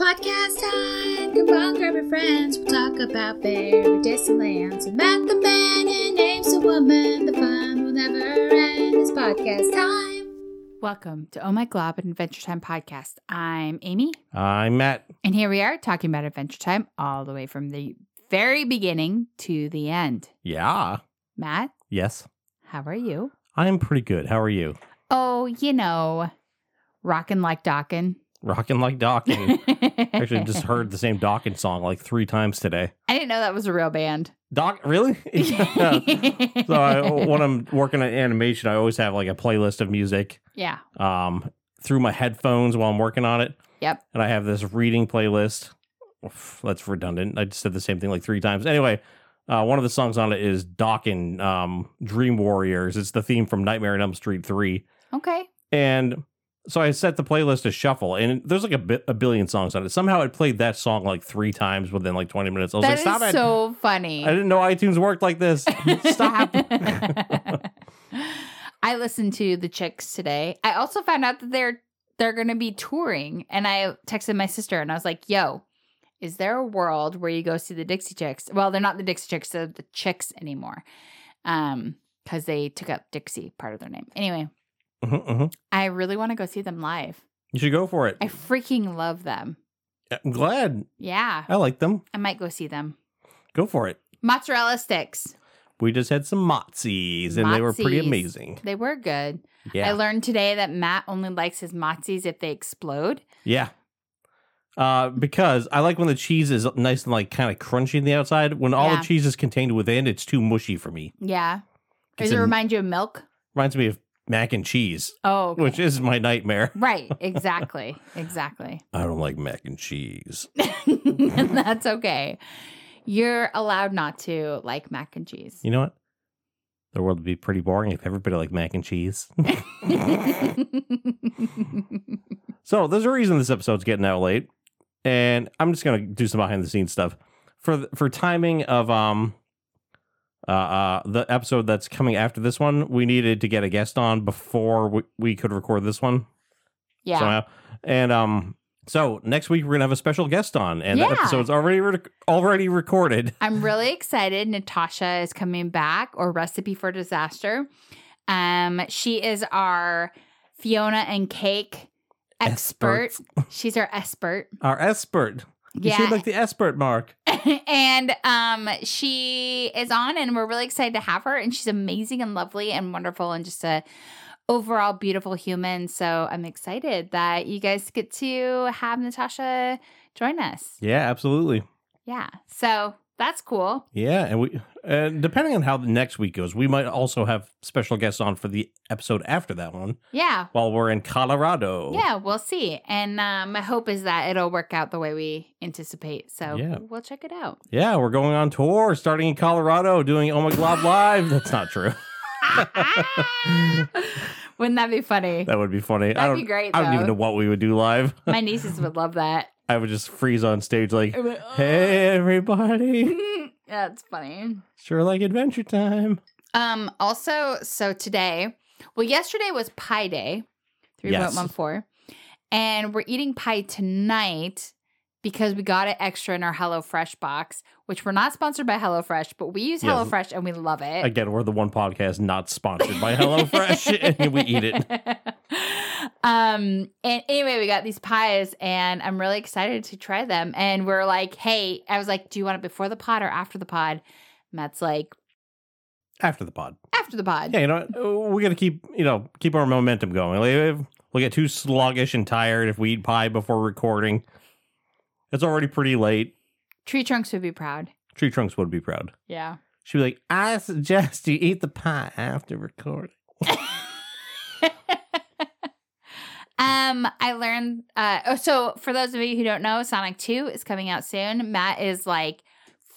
podcast time. Come on, grab your friends. We'll talk about very distant lands. We met the man and names the woman. The fun will never end. It's podcast time. Welcome to Oh My Glob and Adventure Time podcast. I'm Amy, I'm Matt. and here we are talking about Adventure Time all the way from the very beginning to the end. Yeah. Matt, Yes. how are you? I'm pretty good. How are you? Oh, you know, rockin' like dockin'. Rocking like Dawkins. Actually, just heard the same Dawkins song like three times today. I didn't know that was a real band. Doc, really? so I, when I'm working on animation, I always have like a playlist of music yeah, um, through my headphones while I'm working on it. Yep. And I have this reading playlist. Oof, that's redundant. I just said the same thing like three times. Anyway, uh, one of the songs on it is Dawkins um, Dream Warriors. It's the theme from Nightmare on Elm Street 3. okay. And so I set the playlist to shuffle, and there's like a, bi- a billion songs on it. Somehow it played that song like three times within like 20 minutes. I was That like, is stop it. so funny. I didn't know iTunes worked like this. stop. I listened to the Chicks today. I also found out that they're they're going to be touring, and I texted my sister and I was like, "Yo, is there a world where you go see the Dixie Chicks? Well, they're not the Dixie Chicks; they're the Chicks anymore, um, because they took up Dixie part of their name. Anyway, Mhm, mhm. I really want to go see them live. You should go for it. I freaking love them. I'm glad. Yeah, I like them. I might go see them. Go for it. Mozzarella sticks. We just had some mozzies, and they were pretty Mozzies. amazing. They were good. I Yeah. learned today that Matt only likes his mozzies if they explode. yeah. Uh, because I like when the cheese is nice and like kind of crunchy on the outside. When all Yeah. the cheese is contained within, it's too mushy for me. Yeah. Does It's it a- remind you of milk? Reminds me of mac and cheese, Oh, okay. which is my nightmare. right. Exactly. exactly. I don't like mac and cheese. That's okay. You're allowed not to like mac and cheese. You know what? The world would be pretty boring if everybody liked mac and cheese. so there's a reason this episode's getting out late, and I'm just gonna do some behind the scenes stuff for th- for timing of um uh, uh the episode that's coming after this one. We needed to get a guest on before we, we could record this one yeah. somehow, and um. So next week we're gonna have a special guest on, and Yeah. that episode's already rec already recorded. I'm really excited. Natasha is coming back, or Recipe for Disaster. Um, she is our Fiona and Cake expert. She's our expert. Our expert, you should like the expert, Mark. and um she is on and we're really excited to have her and she's amazing and lovely and wonderful and just a overall beautiful human so i'm excited that you guys get to have natasha join us Yeah, absolutely. yeah so that's cool Yeah, and we and depending on how the next week goes, we might also have special guests on for the episode after that one yeah while we're in Colorado. yeah we'll see and um my hope is that it'll work out the way we anticipate so Yeah. we'll check it out Yeah, we're going on tour starting in Colorado doing Oh My Glob Live. That's not true. Ah! wouldn't that be funny That would be funny. I That'd don't be great, I don't even though. know what we would do live. my nieces would love that I would just freeze on stage like, "Hey everybody. that's funny Sure like adventure time." Um, also, so today, well, yesterday was Pie Day, Yes. 3.14, and we're eating pie tonight because we got it extra in our HelloFresh box, which we're not sponsored by HelloFresh, but we use Yes. HelloFresh and we love it. Again, we're the one podcast not sponsored by HelloFresh and we eat it. Um, and anyway, we got these pies, and I'm really excited to try them. And we're like, hey, I was like, do you want it before the pod or after the pod? Matt's like, After the pod. after the pod. yeah, you know, what? Uh, we got to keep, you know, keep our momentum going. Like, if we'll get too sluggish and tired if we eat pie before recording. It's already pretty late. Tree Trunks would be proud. Tree Trunks would be proud. Yeah. She'd be like, I suggest you eat the pie after recording. um, I learned. Uh, oh, so for those of you who don't know, Sonic Two is coming out soon. Matt is like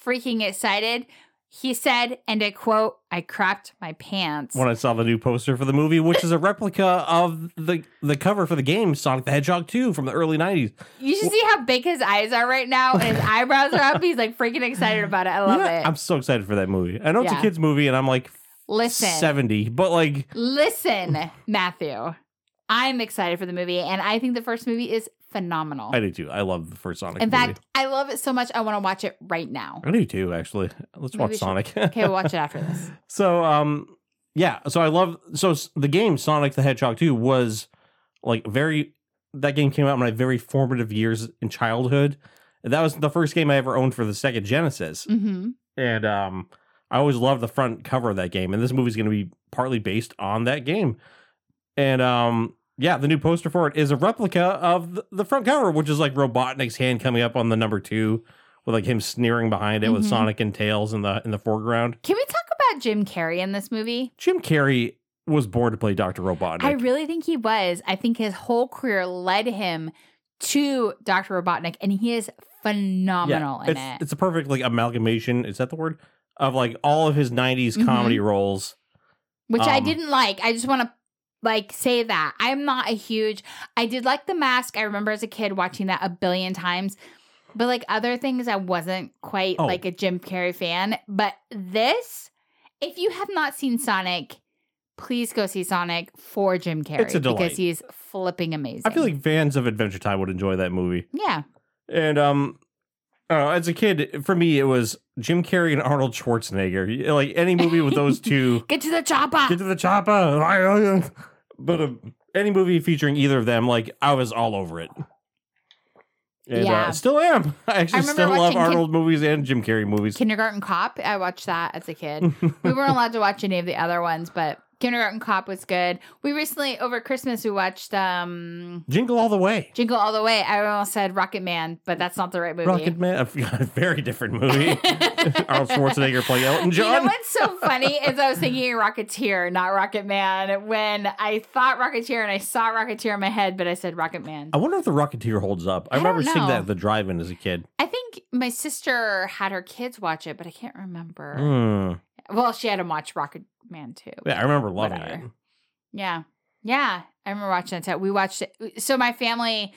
freaking excited. He said, and I quote, "I crapped my pants." When I saw the new poster for the movie, which is a replica of the the cover for the game Sonic the Hedgehog 2 from the early 90s. you should see how big his eyes are right now, and his eyebrows are up. He's like freaking excited about it. I love Yeah, it. I'm so excited for that movie. I know it's Yeah. a kids movie and I'm like Listen, 70, but like listen, Matthew. I'm excited for the movie, and I think the first movie is phenomenal. I do too. I love the first Sonic. In movie. fact, I love it so much. I want to watch it right now. I do too. Actually, let's Maybe watch we should- Sonic. Okay, we'll watch it after this. So um yeah, so I love so s- the game Sonic the Hedgehog 2 was like very that game came out in my very formative years in childhood. That was the first game I ever owned for the Sega Genesis. Mm-hmm. And um I always loved the front cover of that game and this movie's going to be partly based on that game. And um yeah, the new poster for it is a replica of th- the front cover, which is like Robotnik's hand coming up on the number 2 with like him sneering behind it with Mhm. Sonic and Tails in the in the foreground. Can we talk about Jim Carrey in this movie? Jim Carrey was born to play Dr. Robotnik. I really think he was. I think his whole career led him to Dr. Robotnik, and he is phenomenal in it's, it. it's a perfect like amalgamation, is that the word? Of like all of his 90s Mm-hmm. comedy roles. which I Um, didn't like. I just want to like say that I'm not a huge. I did like The Mask. I remember as a kid watching that a billion times, but like other things, I wasn't quite Oh. like a Jim Carrey fan. But this, if you have not seen Sonic, please go see Sonic for Jim Carrey It's a delight. because he's flipping amazing. I feel like fans of Adventure Time would enjoy that movie. yeah, And um uh, as a kid, for me it was Jim Carrey and Arnold Schwarzenegger. Like any movie with those two get to the chopper. get to the chopper. But um, any movie featuring either of them, like I was all over it. And Yeah. uh, still am. I actually remember still love watching Kid- Arnold movies and Jim Carrey movies. Kindergarten Cop. I watched that as a kid. we weren't allowed to watch any of the other ones, but Kindergarten Cop was good. We recently over Christmas we watched um Jingle All the Way. Jingle All the Way. I almost said Rocket Man, but that's not the right movie. Rocket Man, a, a very different movie. Arnold Schwarzenegger playing Elton You know John. what's so funny is I was thinking Rocketeer, not Rocket Man. When I thought Rocketeer and I saw Rocketeer in my head, but I said Rocket Man. I wonder if the Rocketeer holds up. I, I don't remember seeing that know. at the drive-in as a kid. I think my sister had her kids watch it, but I can't remember. Hmm. Well, she had them watch Rocket Man too. Yeah, I remember loving Whatever. it. Yeah. Yeah. I remember watching that. We watched it. So my family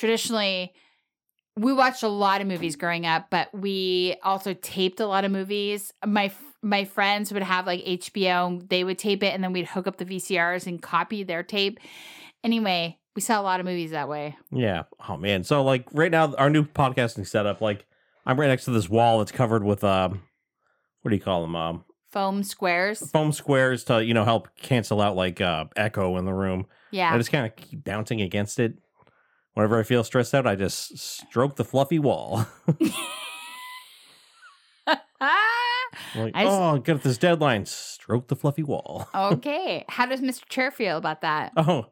traditionally we watched a lot of movies growing up, but we also taped a lot of movies. My f- my friends would have like HBO, and they would tape it and then we'd hook up the VCRs and copy their tape. Anyway, we saw a lot of movies that way. Yeah. Oh man. So like right now, our new podcasting setup. Like I'm right next to this wall that's covered with um, what do you call them? Um, Foam squares. foam squares to you know help cancel out like uh echo in the room. I Yeah. just kind of keep bouncing against it. Whenever I feel stressed out, I just stroke the fluffy wall. Ah, Like, I s- oh, good at this deadline. Stroke the fluffy wall. okay. How does Mr. Chair feel about that? Oh.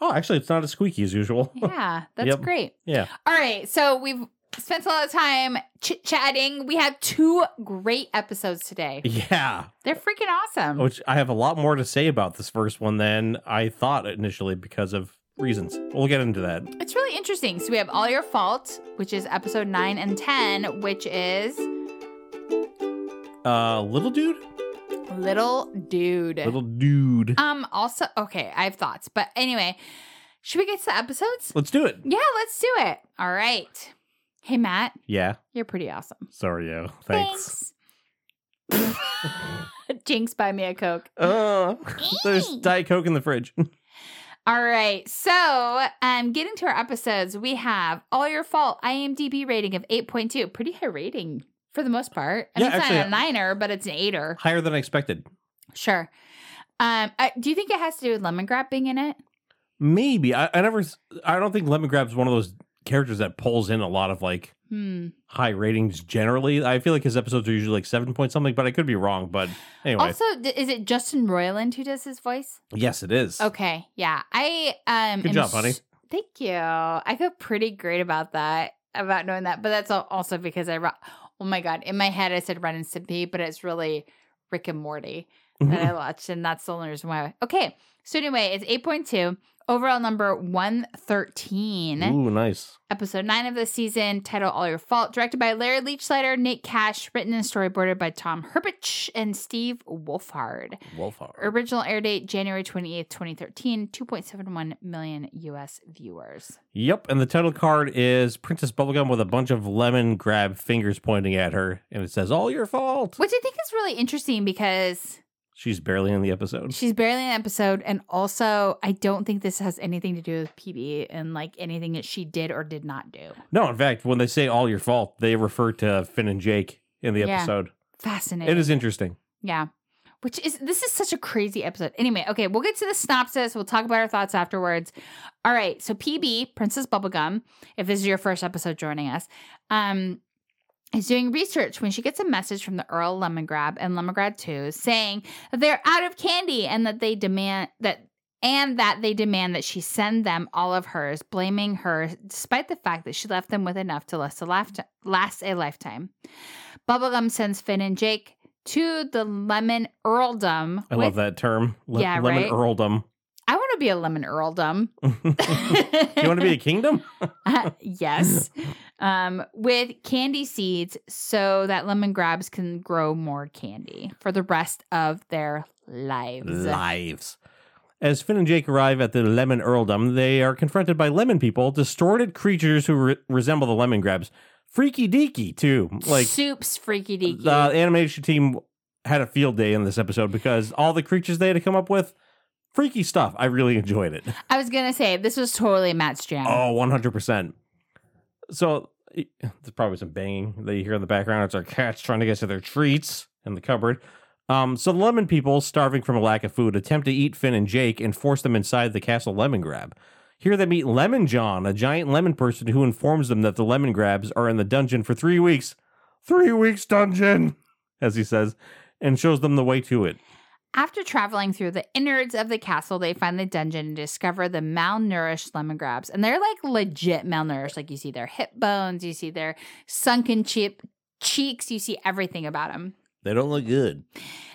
Oh, actually, it's not as squeaky as usual. Yeah, that's Yep. great. Yeah. All right. So we've spent a lot of time chit chatting. We have two great episodes today. Yeah. Oh, They're freaking awesome. Which I have a lot more to say about this first one than I thought initially because of reasons. We'll get into that. It's really interesting. So we have All Your Fault, which is episode nine and 10, which is Uh, little dude? Little Dude. Little dude. um, also, okay, I have thoughts, but anyway, should we get to the episodes? Let's do it. Yeah, let's do it. All right. Hey, Matt, Yeah. you're pretty awesome. Sorry, yo. Thanks. Thanks. Jinx, buy me a Coke. Uh, there's Diet Coke in the fridge. All right. So, um, getting to our episodes, we have All Your Fault IMDb rating of 8.2. Pretty high rating for the most part. I mean, Yeah, it's not actually- a niner, but it's an eighter. Higher than I expected. Sure. Um, I, do you think it has to do with lemon grab being in it? Maybe. I, I never, s- I don't think Lemon Grab's one of those characters that pulls in a lot of like Hmm. high ratings generally. I feel like his episodes are usually like seven point something, but I could be wrong. But anyway, Also, th- is it Justin Roiland who does his voice? yes, it is. Oh. Okay. Yeah. I um. Good am job, honey. s- Thank you. I feel pretty great about that, about knowing that. But that's al- also because I, ro- oh my god, in my head I said Ren and Stimpy, but it's really Rick and Morty Mm-hmm. that I watched, and that's the only reason why. Okay. So anyway, it's eight point two overall number one thirteen Ooh, nice. episode nine of the season, titled All Your Fault, directed by Larry Leachlider, Nate Cash, written and storyboarded by Tom Herbich and Steve Wolfhard. Wolfhard. Original air date January 28th, 2013, 2.71 million US viewers. Yep, and the title card is Princess Bubblegum with a bunch of lemon grab fingers pointing at her, and it says "All your fault." Which I think is really interesting because She's barely in the episode. She's barely in the episode, and also I don't think this has anything to do with PB and like anything that she did or did not do. No, in fact, when they say all your fault, they refer to Finn and Jake in the Yeah. episode. Fascinating. It is interesting. Yeah. Which is this is such a crazy episode. Anyway, okay, we'll get to the synopsis. We'll talk about our thoughts afterwards. All right, so PB, Princess Bubblegum, if this is your first episode joining us, um, is doing research when she gets a message from the Earl Lemongrab and Lemongrab 2 saying that they're out of candy and that they demand that and that they demand that she send them all of hers, blaming her despite the fact that she left them with enough to last a lifetime. Last a lifetime. Bubblegum sends Finn and Jake to the Lemon Earldom. I with- love that term. Le- Yeah, lemon right? earldom. I want to be a Lemon Earldom. you want to be a kingdom? Uh, yes. Um, with candy seeds so that lemon grabs can grow more candy for the rest of their lives. Lives. As Finn and Jake arrive at the Lemon Earldom, they are confronted by lemon people, distorted creatures who re- resemble the lemon grabs. Freaky deaky, too. Like, Soup's freaky deaky. the animation team had a field day in this episode because all the creatures they had to come up with, freaky stuff. I really enjoyed it. I was going to say, this was totally Matt's jam. Oh, 100%. So y- there's probably some banging that you hear in the background. It's our cats trying to get to their treats in the cupboard. Um, so the lemon people, starving from a lack of food, attempt to eat Finn and Jake and force them inside the castle lemon grab. Here they meet Lemon John, a giant lemon person who informs them that the lemon grabs are in the dungeon for three weeks. Three weeks dungeon, as he says, and shows them the way to it. After traveling through the innards of the castle, they find the dungeon and discover the malnourished lemon grabs. And they're like legit malnourished. Like you see their hip bones, you see their sunken cheek, cheeks, you see everything about them. They don't look good.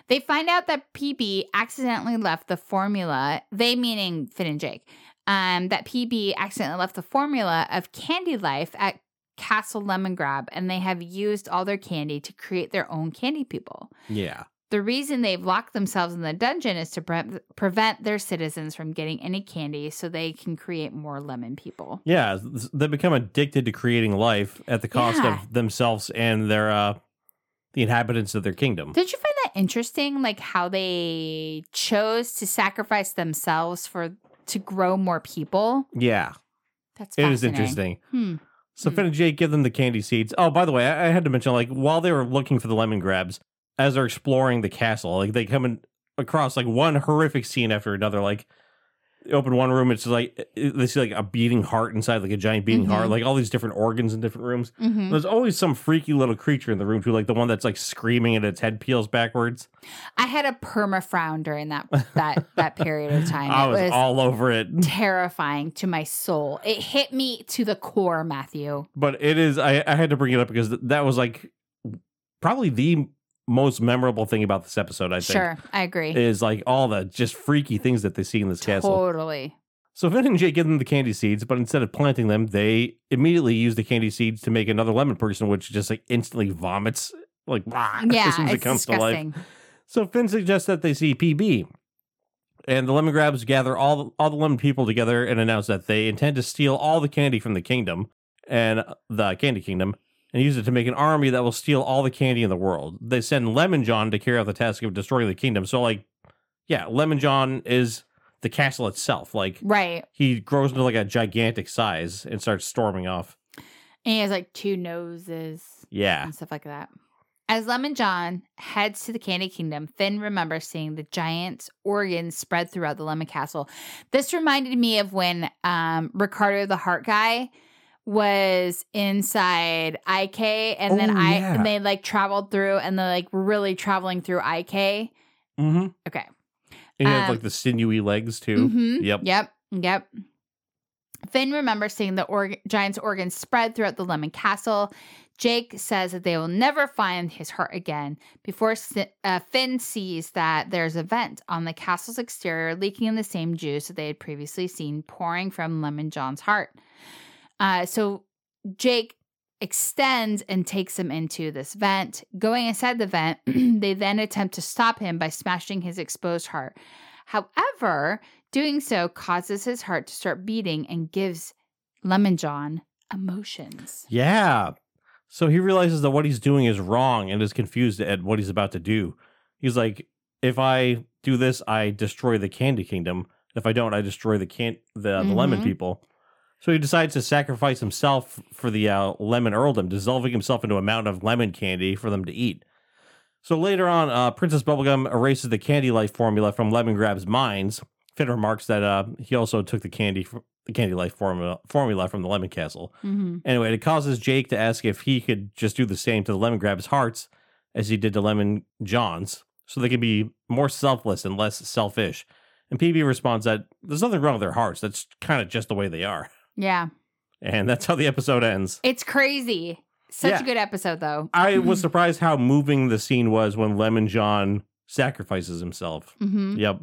They find out that PB accidentally left the formula, they meaning Finn and Jake, um, that PB accidentally left the formula of Candy Life at Castle Lemon Grab, and they have used all their candy to create their own candy people. Yeah. The reason they've locked themselves in the dungeon is to pre- prevent their citizens from getting any candy so they can create more lemon people. Yeah, th- they become addicted to creating life at the cost Yeah. of themselves and their uh the inhabitants of their kingdom. Did you find that interesting? Like how they chose to sacrifice themselves for to grow more people? yeah, That's it is fascinating. interesting. Hmm. So Hmm. Finn and Jake give them the candy seeds. Oh, by the way, I, I had to mention like while they were looking for the lemon grabs, as they're exploring the castle, like they come in, across like one horrific scene after another. Like they open one room, it's just, like they see like a beating heart inside, like a giant beating heart, Mhm. like all these different organs in different rooms. hmm There's always some freaky little creature in the room too, like the one that's like screaming and its head peels backwards. I had a perma frown during that that that period of time. I it was, was all over it. terrifying to my soul. It hit me to the core, Matthew. But it is, I, I had to bring it up because th- that was like probably the most memorable thing about this episode, I think. Sure, I agree. Is like all the just freaky things that they see in this castle. Totally. So Finn and Jake give them the candy seeds, but instead of planting them, they immediately use the candy seeds to make another lemon person, which just like instantly vomits, like rah, Yeah, as soon as it's it comes to life. disgusting. So Finn suggests that they see PB, and the lemon grabs gather all all the lemon people together and announce that they intend to steal all the candy from the kingdom and uh, the candy kingdom and use it to make an army that will steal all the candy in the world. They send Lemon John to carry out the task of destroying the kingdom. So like, yeah, Lemon John is the castle itself. Like Right. he grows into like a gigantic size and starts storming off. And he has like two noses Yeah. and stuff like that. As Lemon John heads to the Candy Kingdom, Finn remembers seeing the giant's organs spread throughout the Lemon Castle. This reminded me of when um, Ricardo the Heart Guy was inside IK, and then Oh, I yeah. and they like traveled through, and they like were really traveling through IK. Mm-hmm. Okay. And he Um, has like the sinewy legs too. Mhm. Yep. Yep. Yep. Finn remembers seeing the org- giant's organs spread throughout the Lemon Castle. Jake says that they will never find his heart again before Si- uh, Finn sees that there's a vent on the castle's exterior leaking in the same juice that they had previously seen pouring from Lemon John's heart. Uh, so Jake extends and takes him into this vent. Going inside the vent, they then attempt to stop him by smashing his exposed heart. However, doing so causes his heart to start beating and gives Lemon John emotions. Yeah. So he realizes that what he's doing is wrong and is confused at what he's about to do. He's like, if I do this, I destroy the Candy Kingdom. If I don't, I destroy the can the, the Lemon Mhm. people. So he decides to sacrifice himself for the uh, Lemon Earldom, dissolving himself into a mountain of lemon candy for them to eat. So later on, uh, Princess Bubblegum erases the candy life formula from Lemon Grab's minds. Finn remarks that uh, he also took the candy fr- the candy life formula formula from the Lemon Castle. Mm-hmm. Anyway, it causes Jake to ask if he could just do the same to the Lemon Grab's hearts as he did to Lemon John's, so they can be more selfless and less selfish. And PB responds that there's nothing wrong with their hearts. That's kind of just the way they are. Yeah. And that's how the episode ends. It's crazy. Such Yeah. a good episode, though. I was surprised how moving the scene was when Lemon John sacrifices himself. hmm Yep.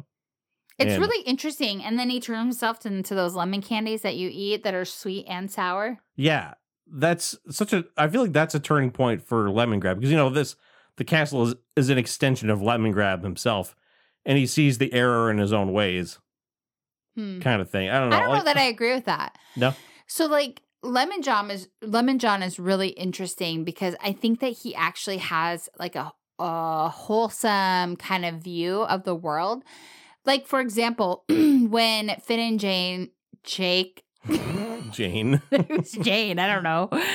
It's And- really interesting. And then he turns himself into those lemon candies that you eat that are sweet and sour. Yeah. That's such a I feel like that's a turning point for Lemon Grab because you know this the castle is, is an extension of Lemon Grab himself and he sees the error in his own ways Hmm. kind of thing. I don't know. I don't like- know that I agree with that. No? So like Lemon John is Lemon John is really interesting because I think that he actually has like a a wholesome kind of view of the world. Like for example, when Finn and Jane Jake Jane. it was Jane, I don't know.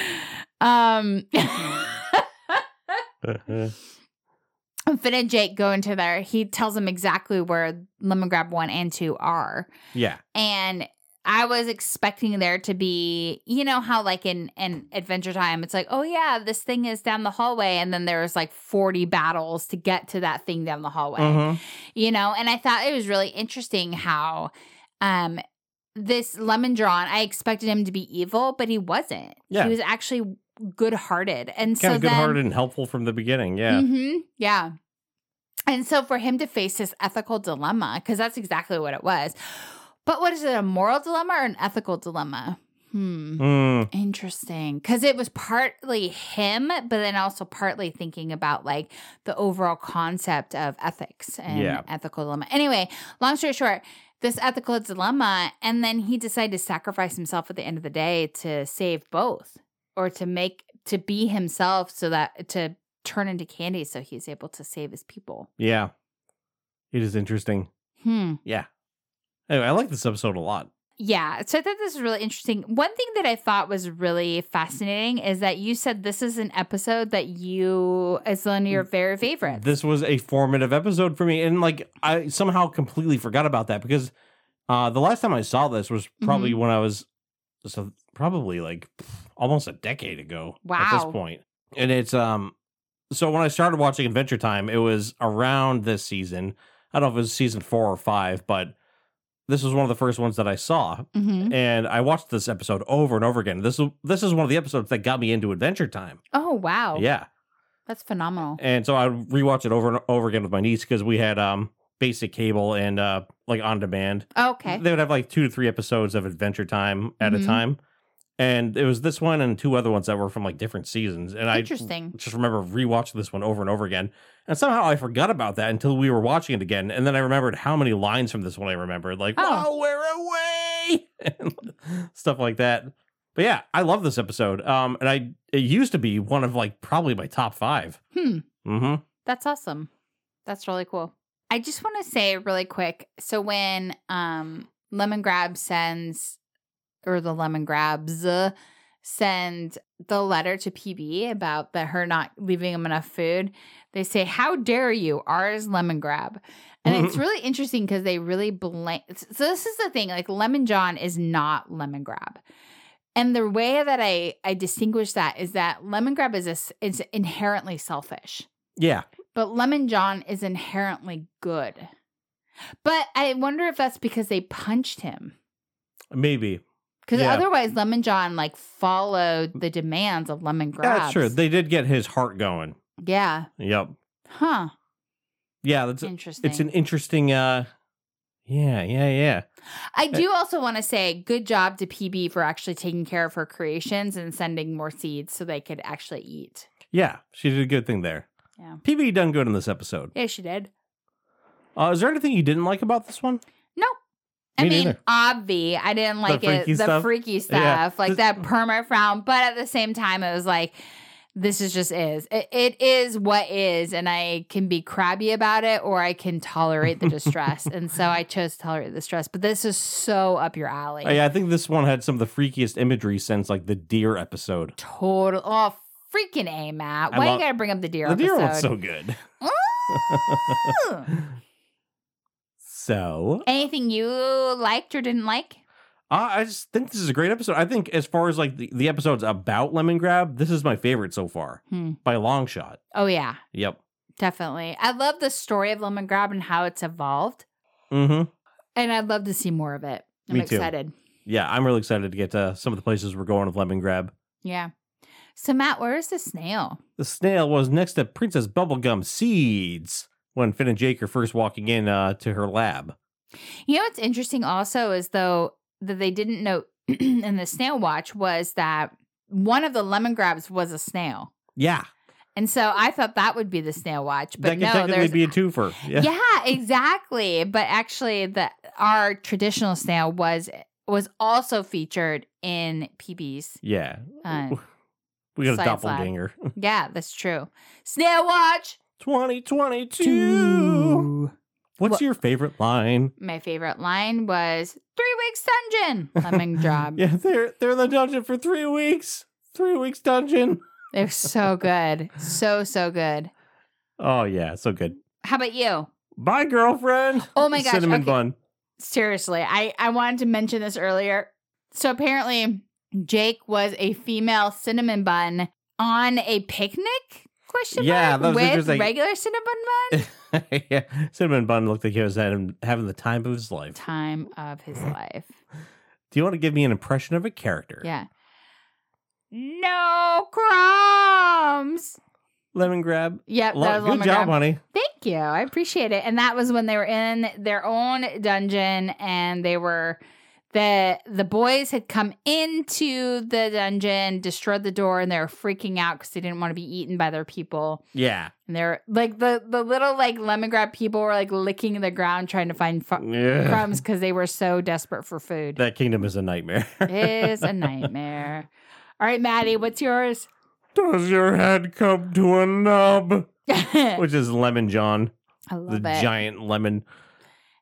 Um Finn and Jake go into there. He tells them exactly where Lemon Grab 1 and 2 are yeah. and I was expecting there to be, you know, how like in in Adventure Time, it's like, oh yeah, this thing is down the hallway, and then there's like forty battles to get to that thing down the hallway, Mhm. you know. And I thought it was really interesting how, um, this Lemon Drawn, I expected him to be evil, but he wasn't. Yeah. he was actually good hearted, and Kind so of then, good-hearted and helpful from the beginning. Yeah. hmm Yeah. And so for him to face this ethical dilemma, because that's exactly what it was. But what is it, a moral dilemma or an ethical dilemma? Hmm. Mm. Interesting. Because it was partly him, but then also partly thinking about like the overall concept of ethics and Yeah. ethical dilemma. Anyway, long story short, this ethical dilemma, and then he decided to sacrifice himself at the end of the day to save both or to make, to be himself so that, to turn into candy so he's able to save his people. Yeah. It is interesting. Hmm. Yeah. Anyway, I like this episode a lot. Yeah, so I thought this was really interesting. One thing that I thought was really fascinating is that you said this is an episode that you is one of your Mm. very favorites. This was a formative episode for me, and like I somehow completely forgot about that because uh, the last time I saw this was probably Mm-hmm. when I was so probably like almost a decade ago at this Wow. point. And it's um, so when I started watching Adventure Time, it was around this season. I don't know if it was season four or five, but this was one of the first ones that I saw, Mhm. and I watched this episode over and over again. This is this is one of the episodes that got me into Adventure Time. Oh wow, Yeah. that's phenomenal. And so I would rewatch it over and over again with my niece because we had um basic cable and uh like on demand. Okay, They would have like two to three episodes of Adventure Time at Mhm. a time. And it was this one and two other ones that were from like different seasons. And I interesting. just remember rewatching this one over and over again. And somehow I forgot about that until we were watching it again. And then I remembered how many lines from this one I remembered, like, Oh. oh, we're away and stuff like that. But yeah, I love this episode. Um and I it used to be one of like probably my top five. Hmm. Mm-hmm. That's awesome. That's really cool. I just want to say really quick. So when um Lemon Grab sends or the Lemon Grabs uh, send the letter to PB about the her not leaving him enough food, they say, "How dare you? Ours Lemon Grab." And it's really interesting because they really blame. So this is the thing: like Lemon John is not Lemon Grab. And the way that I, I distinguish that is that lemon grab is a s is inherently selfish. Yeah. But Lemon John is inherently good. But I wonder if that's because they punched him. Maybe. Because Yeah. otherwise, Lemon John like followed the demands of Lemon Yeah, Grabs. That's true. They did get his heart going. yeah. Yep. Huh. Yeah, that's Interesting. it's an interesting uh Yeah, yeah, yeah. I do also want to say good job to PB for actually taking care of her creations and sending more seeds so they could actually eat. Yeah, she did a good thing there. Yeah. PB done good in this episode. Yeah, she did. Uh, is there anything you didn't like about this Uh, one? I Me mean, neither. obvi. I didn't like it. freaky the stuff? freaky stuff, Yeah. like that perma frown. But at the same time, it was like this is just is. It, it is what is, and I can be crabby about it or I can tolerate the distress. and so I chose to tolerate the stress. But this is so up your alley. Oh, yeah, I think this one had some of the freakiest imagery since like the deer episode. Total. Oh, freaking A, Matt. I Why love- you gotta bring up the deer the episode? Ah! deer one's so good. Ooh. So Anything you liked or didn't like? I I just think this is a great episode. I think as far as like the, the episodes about Lemon Grab, this is my favorite so far Hmm. by a long shot. Oh, yeah, Yep. definitely. I love the story of Lemon Grab and how it's evolved. Mm-hmm. And I'd love to see more of it. I'm Me too. excited. Yeah, I'm really excited to get to some of the places we're going with Lemon Grab. Yeah. So, Matt, where is the snail? The snail was next to Princess Bubblegum Seeds when Finn and Jake are first walking in uh, to her lab. You know what's interesting also is though that they didn't know in the snail watch was that one of the lemon grabs was a snail. Yeah, And so I thought that would be the snail watch, that but could no, technically there's be a twofer. Yeah. yeah. exactly. But actually, the our traditional snail was was also featured in PB's. Yeah. Uh, we got a science lab. doppelganger. yeah, that's true. Snail watch. 2022. What's What- your favorite line? My favorite line was three weeks dungeon lemon grab. Yeah, they're they're in the dungeon for three weeks. Three weeks dungeon. They're so good, so so good. Oh yeah, so good. How about you? Bye, girlfriend. Oh my gosh, Cinnamon okay. bun. seriously i i wanted to mention this earlier so apparently jake was a female cinnamon bun on a picnic question Yeah, that mark was with interesting. regular cinnamon bun yeah, cinnamon bun looked like he was having, having the time of his life. time of his life Do you want to give me an impression of a character? yeah no crumbs Lemon grab. yep Lo- that was good Lemon job, Grab. honey. Thank you. I appreciate it. And that was when they were in their own dungeon and they were the the boys had come into the dungeon, destroyed the door, and they were freaking out because they didn't want to be eaten by their people. Yeah. And they're like the the little like lemon grab people were like licking the ground trying to find fu- yeah. crumbs because they were so desperate for food. That kingdom is a nightmare. It's a nightmare. All right, Maddie, what's yours? Does your head come to a nub? I Which is Lemon John, love the it. giant lemon.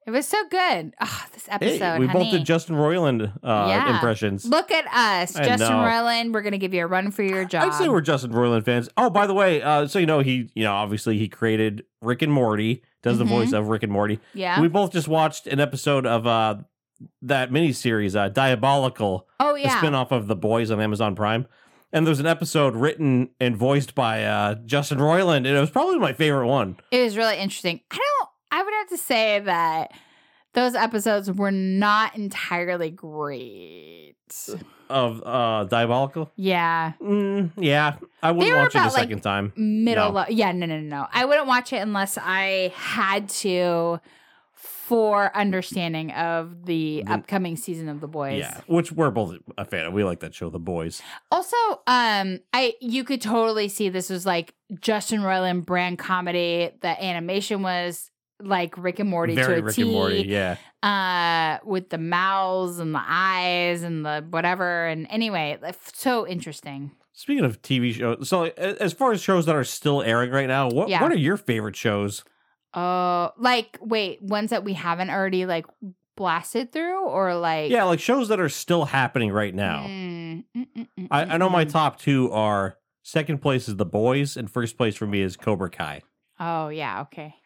it was so good. Oh, this Hey, episode. we both honey. did Justin Roiland uh, Yeah. impressions. Look at us, I Justin know. Roiland. We're gonna give you a run for your job. I'd say we're Justin Roiland fans. Oh, by the way, uh, so you know he, you know, obviously he created Rick and Morty, does Mhm. the voice of Rick and Morty. yeah. We both just watched an episode of uh, that miniseries, uh, Diabolical, oh the yeah. spinoff of The Boys on Amazon Prime. And there's an episode written and voiced by uh, Justin Roiland, and it was probably my favorite one. it was really interesting. I don't. I would have to say that those episodes were not entirely great. of uh diabolical Yeah. mm, yeah i They wouldn't were watch it a about, like, second time Middle. No. lo- yeah. No. No. No. no. I wouldn't watch it unless I had to. For understanding of the The- upcoming season of The Boys, yeah which we're both a fan of we like that show the boys Also, um, I you could totally see this was like Justin Roiland brand comedy. The animation was like Rick and Morty very to a rick T, and morty yeah uh, with the mouths and the eyes and the whatever. And anyway, like, f- so interesting. speaking of tv shows so a- as far as shows that are still airing right now what Yeah. what are your favorite shows Oh, like wait, ones that we haven't already like blasted through, or like yeah like shows that are still happening right now Mm, mm, mm, mm, I, I know my mm. top two are second place is the boys and first place for me is cobra kai Oh yeah, okay.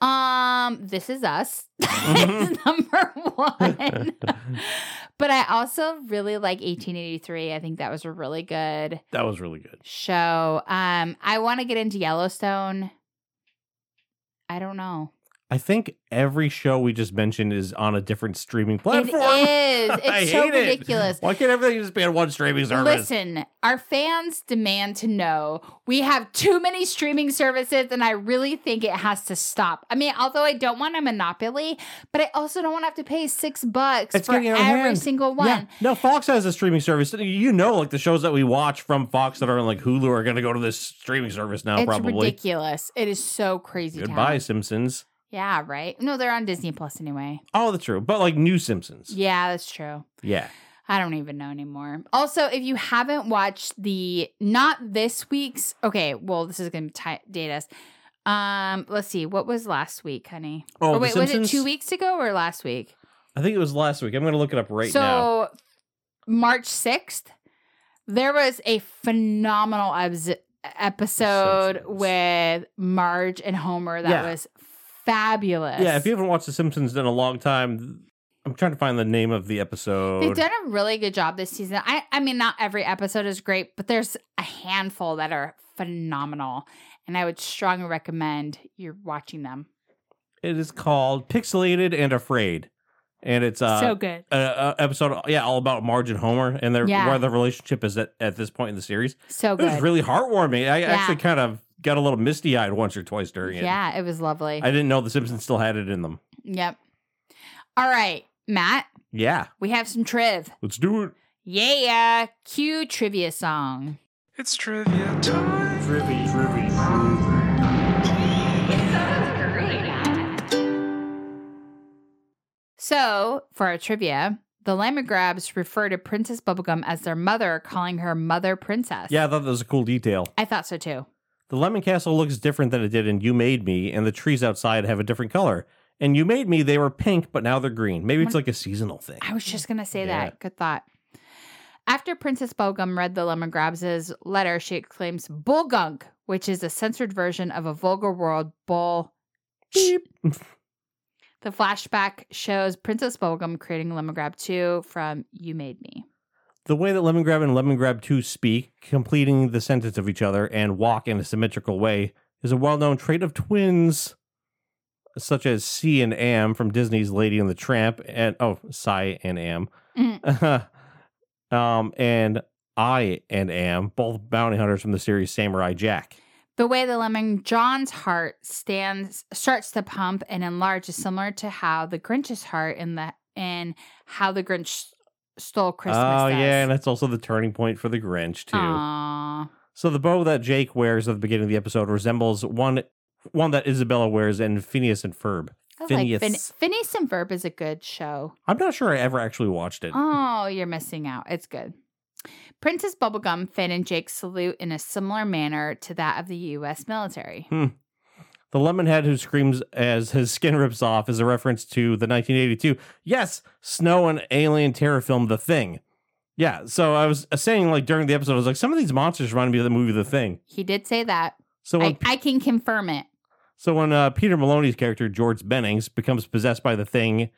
Um, this is us. Mhm. is number one. but I also really like 1883. I think that was a really good that was really good show. Um, I want to get into Yellowstone. I don't know. i think every show we just mentioned is on a different streaming platform It is. It's I so hate it. ridiculous. Why can't everything just be on one streaming service? Listen, our fans demand to know we have too many streaming services, and I really think it has to stop. I mean, although I don't want a monopoly, but I also don't want to have to pay six bucks It's for getting every out of hand. single one. Yeah. No, Fox has a streaming service. You know, like the shows that we watch from Fox that are on like Hulu are going to go to this streaming service now, it's probably. ridiculous. It is so crazy. town. Goodbye, Simpsons. Yeah, right. No, they're on Disney Plus anyway. Oh, that's true. But like new Simpsons. Yeah, that's true. Yeah. I don't even know anymore. Also, if you haven't watched the not this week's, okay, well, this is going to ti date us. Um, let's see, what was last week, honey? Oh, or The wait, was it Simpsons? two weeks ago or last week? I think it was last week. I'm going to look it up right so, now. March sixth, there was a phenomenal ebs- episode Simpsons. with Marge and Homer that Yeah. was fabulous. Yeah, if you haven't watched The Simpsons in a long time, I'm trying to find the name of the episode. They've done a really good job this season. I, I mean, not every episode is great, but there's a handful that are phenomenal. And I would strongly recommend you're watching them. It is called Pixelated and Afraid, and it's uh, so good. a, a episode, yeah, all about Marge and Homer and their Yeah. where their relationship is at, at this point in the series. So It was good. really heartwarming. I actually kind of got a little misty eyed once or twice during it. yeah, it was lovely. I didn't know The Simpsons still had it in them. yep. All right, Matt, Yeah, we have some triv. let's do it. Yeah. Cue trivia song. It's trivia time. So, for our trivia, the Lamagrabs refer to Princess Bubblegum as their mother, calling her Mother Princess. Yeah, I thought that was a cool detail. I thought so too. The Lemon Castle looks different than it did in You Made Me, and the trees outside have a different color. And You Made Me, they were pink, but now they're green. Oh Maybe it's like a seasonal thing. I was just gonna say Yeah. that. Good thought. After Princess Bubblegum read the Lemongrabs' letter, she exclaims "bullgunk," which is a censored version of a vulgar word bull. Beep. The flashback shows Princess Bubblegum creating Lemongrab 2 from You Made Me. The way that Lemon Grab and Lemon Grab 2 speak, completing the sentence of each other, and walk in a symmetrical way is a well known trait of twins, such as C and Am from Disney's Lady and the Tramp, and oh, Cy and Am. um, and I and Am, both bounty hunters from the series Samurai Jack. The way the lemon John's heart stands starts to pump and enlarge is similar to how the Grinch's heart in the in how the Grinch stole Christmas. oh, yeah, and that's also the turning point for the Grinch, too. Aww. So the bow that Jake wears at the beginning of the episode resembles one one that Isabella wears in Phineas and Ferb. I was like, Fin- Phineas. Phineas and Verb is a good show. I'm not sure I ever actually watched it. Oh, you're missing out. It's good. Princess Bubblegum, Finn, and Jake salute in a similar manner to that of the U.S. military. The Lemonhead who screams as his skin rips off is a reference to the 1982 yes snow and alien terror film The Thing. Yeah, so I was saying like during the episode, I was like, some of these monsters remind me of the movie The Thing. He did say that. So when I, I can confirm it. So when uh, Peter Maloney's character George Bennings becomes possessed by the thing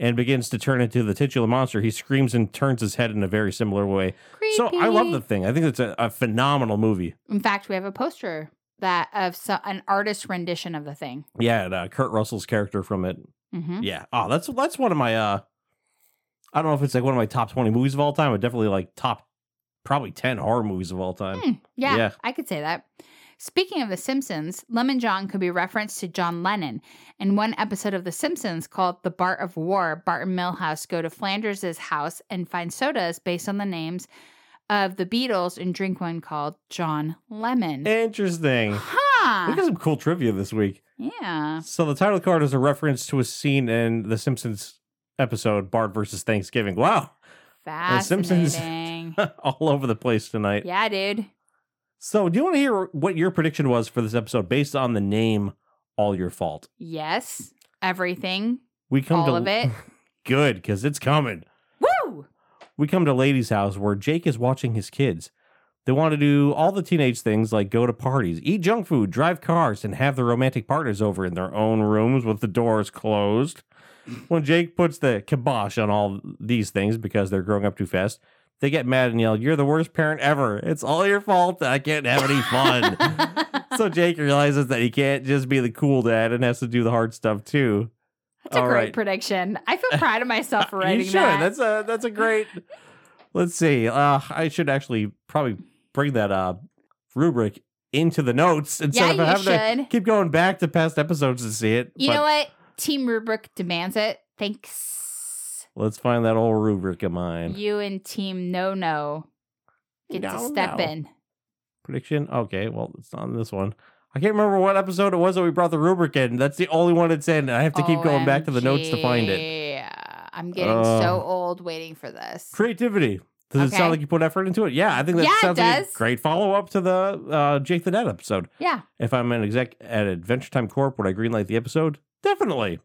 and begins to turn into the titular monster, he screams and turns his head in a very similar way. Creepy. So I love the thing. I think it's a, a phenomenal movie. In fact, we have a poster that of so, an artist rendition of the thing. Yeah, and, uh, Kurt Russell's character from it. hmm Yeah. Oh, that's that's one of my. uh I don't know if it's like one of my top twenty movies of all time, but definitely like top, probably ten horror movies of all time. Hmm, yeah, Yeah. I could say that. Speaking of The Simpsons, Lemon John could be referenced to John Lennon. In one episode of The Simpsons called The Bart of War, Bart and Milhouse go to Flanders' house and find sodas based on the names of the Beatles and drink one called John Lemon. Interesting. We got huh. some cool trivia this week. Yeah. So the title card is a reference to a scene in The Simpsons episode Bart versus Thanksgiving. Wow. Simpsons- Fascinating. all over the place tonight. yeah, dude. So, do you want to hear what your prediction was for this episode based on the name All Your Fault? Yes. Everything. We come all to of it. good because it's coming. Woo! We come to Lady's house where Jake is watching his kids. They want to do all the teenage things like go to parties, eat junk food, drive cars, and have their romantic partners over in their own rooms with the doors closed. When Jake puts the kibosh on all these things because they're growing up too fast, they get mad and yell, You're the worst parent ever. It's all your fault. I can't have any fun. That's so Jake realizes that he can't just be the cool dad and has to do the hard stuff too. a All great right. prediction. I feel proud of myself for You writing should. that. That's a that's a great. Let's see. Uh, I should actually probably bring that uh, rubric into the notes yeah, instead you of having to should. keep going back to past episodes to see it. You but know what? Team Rubric demands it. Thanks. Let's find that old rubric of mine. You and Team No No get to No, step no. in. Prediction. Okay. Well, it's not in this one. I can't remember what episode it was that we brought the rubric in. That's the only one it's in. and I have to keep going back to the notes to find it. Yeah. I'm getting Uh, so old waiting for this. Creativity. Does it Okay. sound like you put effort into it? Yeah, I think that Yeah, it sounds like does. a great follow up to the uh, Jake the Net episode. yeah. If I'm an exec at Adventure Time Corp, would I greenlight the episode? Definitely.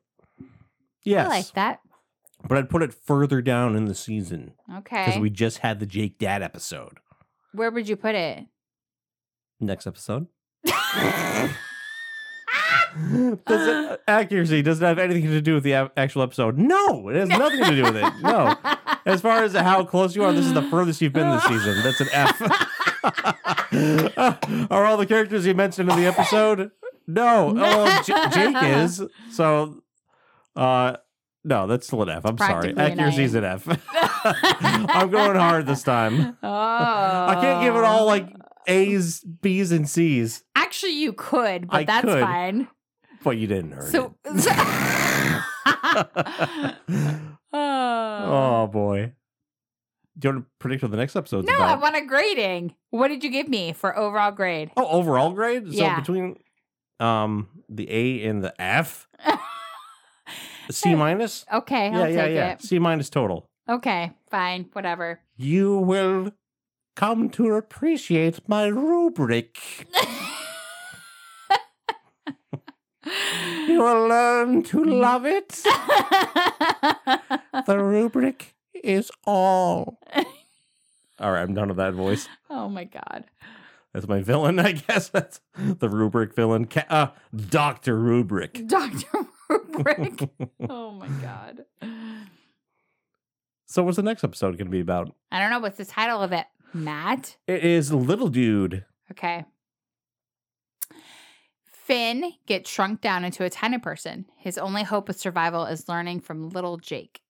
Yes, I like that. but I'd put it further down in the season because Okay. we just had the Jake Dad episode. Where would you put it? Next episode. Uh. Does it, accuracy doesn't have anything to do with the a- actual episode. No, it has nothing to do with it. No. As far as how close you are, this is the furthest you've been this season. That's an F. are all the characters you mentioned in the episode? No. Oh, well, J- Jake is. So, uh, no, that's still an F. I'm sorry. Practically an Accuracy's an F. I'm going hard this time. Oh. I I can't give it all like A's, B's, and C's, Oh. Actually, you could, but I that's could. fine. but you didn't earn So. it. oh. oh boy. Do you want to predict what the next episode's No, about? I want a grading. What did you give me for overall grade? Oh, overall grade? So Yeah. between um the A and the F? C minus? Okay, I'll yeah, yeah, take yeah. it. C minus total. Okay, fine, whatever. You will come to appreciate my rubric. You will learn to love it. The rubric is all. All right, I'm done with that voice. oh my god. That's my villain, I guess. That's the rubric villain. Ca- uh, Dr. Rubric. Dr. Rubric. oh my god. I So, what's the next episode going to be about? don't know what's the title of it. Matt? It is Little Dude. Okay. Finn gets shrunk down into a tiny person. His only hope of survival is learning from little Jake.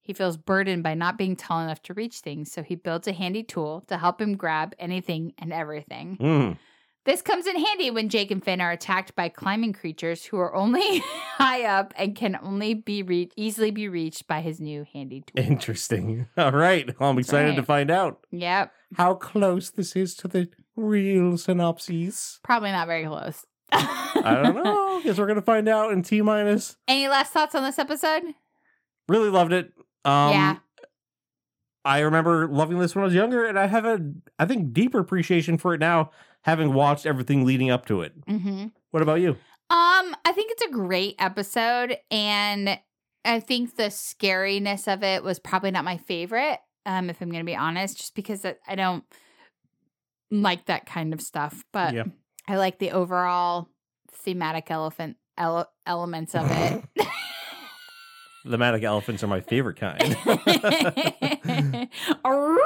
He feels burdened by not being tall enough to reach things, so he builds a handy tool to help him grab anything and everything. Mm. This comes in handy when Jake and Finn are attacked by climbing creatures who are only high up and can only be re- easily be reached by his new handy tool. Interesting. All right. Well, I'm That's excited to right. find out Yep, how close this is to the real synopses. probably not very close. I don't know. Guess we're going to find out in T minus. Any last thoughts on this episode? Really loved it. Um, Yeah. I remember loving this when I was younger, and I have a, I think, deeper appreciation for it now, having watched everything leading up to it. Mm-hmm. What about you? Um, I think it's a great episode, and I think the scariness of it was probably not my favorite. Um, if I'm going to be honest, just because I I don't like that kind of stuff, but Yeah. I like the overall thematic elephant ele- elements of it. The Matic elephants are my favorite kind. Arr.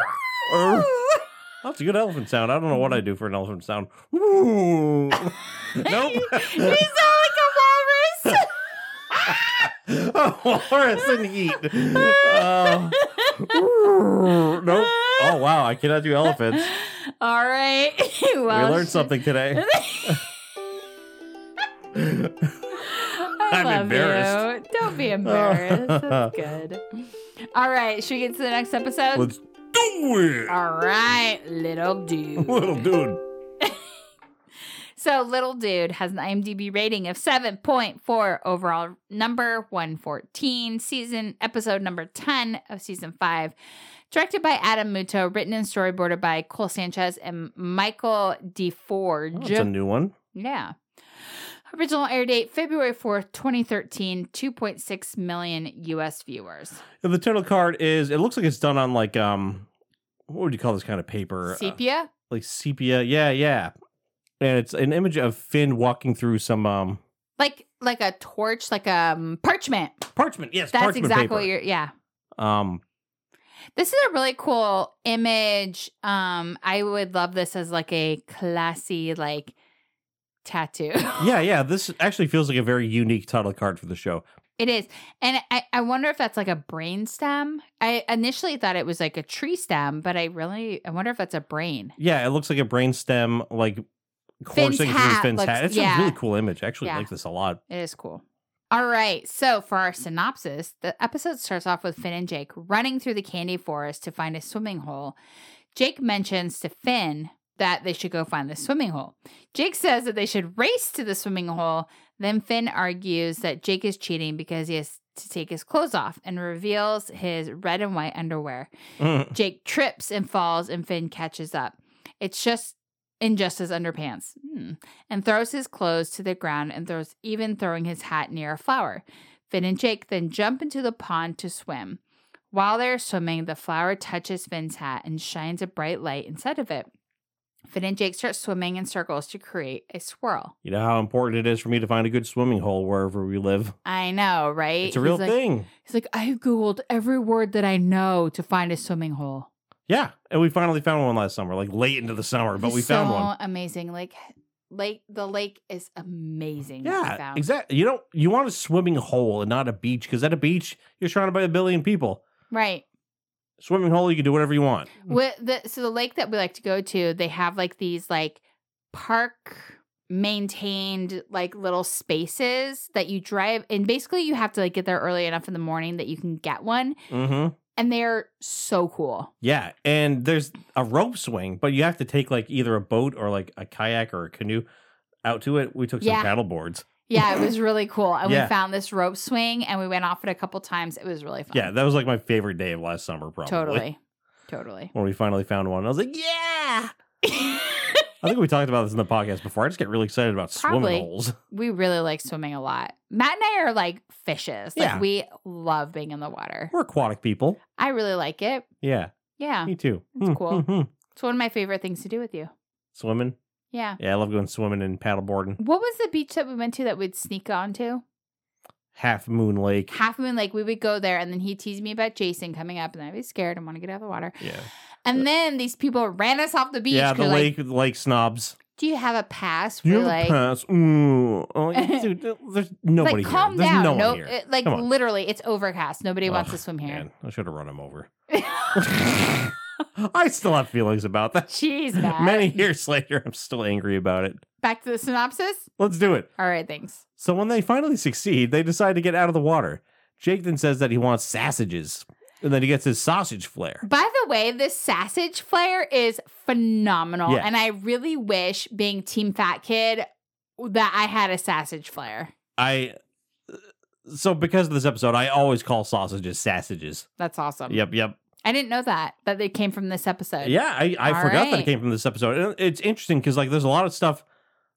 That's a good elephant sound. I don't know what I do for an elephant sound. Ooh. nope. you sound like a walrus. oh, Horace and Heat. Uh, ooh. nope. Oh, wow. I cannot do elephants. All right. we Well, learned sh- something today. I I'm love embarrassed. You. Don't be embarrassed. That's good. All right. Should we get to the next episode? Let's do it. All right, little dude. Little dude. So, little dude has an IMDb rating of 7.4 overall, number 114, season episode number 10 of season 5. Directed by Adam Muto, written and storyboarded by Cole Sanchez and Michael Oh, DeForge. That's a new one. Yeah. Original air date February 4th, 2013, 2.6 million US viewers. And the title card is, it looks like it's done on like, um, what would you call this kind of paper? Uh, Sepia? like sepia. Yeah, yeah. And it's an image of Finn walking through some um Like like a torch, like a um, parchment. parchment. Yes, That's parchment exactly paper. what you're yeah. um This is a really cool image. Um I would love this as like a classy like tattoo. yeah, yeah. This actually feels like a very unique title card for the show. It is. And I, I wonder if that's like a brain stem. I initially thought it was like a tree stem, but I really I wonder if that's a brain. Yeah, it looks like a brainstem like Finn's coursing through hat Finn's looks- hat. It's yeah. a really cool image. I actually Yeah. like this a lot. It is cool. All right. So, for our synopsis, the episode starts off with Finn and Jake running through the candy forest to find a swimming hole. Jake mentions to Finn that they should go find the swimming hole. Jake says that they should race to the swimming hole. Then Finn argues that Jake is cheating because he has to take his clothes off and reveals his red and white underwear. Mm. Jake trips and falls, and Finn catches up. It's just Injustice underpants hmm, and throws his clothes to the ground and throws even throwing his hat near a flower. Finn and Jake then jump into the pond to swim. While they're swimming, the flower touches Finn's hat and shines a bright light inside of it. Finn and Jake start swimming in circles to create a swirl. You know how important it is for me to find a good swimming hole wherever we live. I know, right? It's a real he's like, thing. He's like, I googled every word that I know to find a swimming hole. Yeah, and we finally found one last summer, like late into the summer, but we It's found so one. Amazing, like lake. The lake is amazing. that we Yeah, found. exactly. You don't you want a swimming hole and not a beach because at a beach you're surrounded by a billion people. Right. Swimming hole, you can do whatever you want. With the so the lake that we like to go to, they have like these like park maintained like little spaces that you drive and basically you have to like get there early enough in the morning that you can get one Mm-hmm. and they're so cool. Yeah, and there's a rope swing, but you have to take like either a boat or like a kayak or a canoe out to it. We took some Yeah. paddle boards. Yeah, it was really cool. And Yeah. we found this rope swing and we went off it a couple times. It was really fun. Yeah, that was like my favorite day of last summer, probably. totally. Totally. When we finally found one, I was like, "Yeah!" I think we talked about this in the podcast before. I just get really excited about Probably. swimming holes. we really like swimming a lot. Matt and I are like fishes. Like Yeah. we love being in the water. We're aquatic people. I really like it. Yeah, Yeah. me too. That's Mm, cool. mm, mm. It's one of my favorite things to do with you. Swimming. Yeah. Yeah, I love going swimming and paddleboarding. What was the beach that we went to that we'd sneak onto? Half Moon Lake. Half Moon Lake. We would go there and then he teased me about Jason coming up and I'd be scared and want to get out of the water. Yeah, And then these people ran us off the beach. yeah. 'cause The they're like, lake, lake snobs. Do you have a pass? You We're have like, a pass. Ooh. Oh, yeah, dude, there's nobody like calm here. There's down. no one No, here. it- like Come on. literally, it's overcast. Nobody wants Ugh, to swim here. Man, I should have run him over. I still have feelings about that. Jeez, Matt. Many years later, I'm still angry about it. Back to the synopsis. Let's do it. All right, thanks. So when they finally succeed, they decide to get out of the water. Jake then says that he wants sausages, and then he gets his sausage flare. By the way, this sausage flare is phenomenal, Yeah. and I really wish being Team Fat Kid that I had a sausage flare. I. So because of this episode, I always call sausages sausages. That's awesome. Yep, yep. I didn't know that that they came from this episode. Yeah, I, I eh, All forgot that it right. came from this episode. And It's interesting because like there's a lot of stuff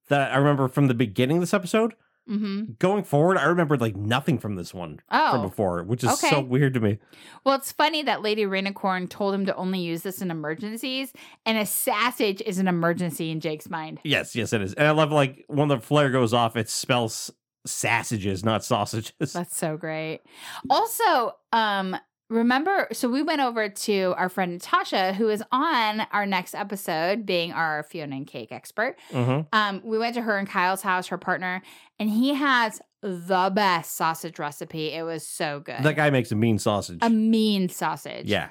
that I remember from the beginning of this episode. Mm-hmm. Going forward, I remembered like nothing from this one from Oh, before, which is Okay. so weird to me. well, it's funny that Lady Rainicorn told him to only use this in emergencies, and a sausage is an emergency in Jake's mind. Yes, yes, it is. And I love like when the flare goes off, it spells sausages, not sausages. That's so great. Also, um, remember, so we went over to our friend Natasha, who is on our next episode, being our Fiona and cake expert. Mhm. Um, we went to her and Kyle's house, her partner, and he has the best sausage recipe. It was so good. That guy makes a mean sausage. a mean sausage. yeah.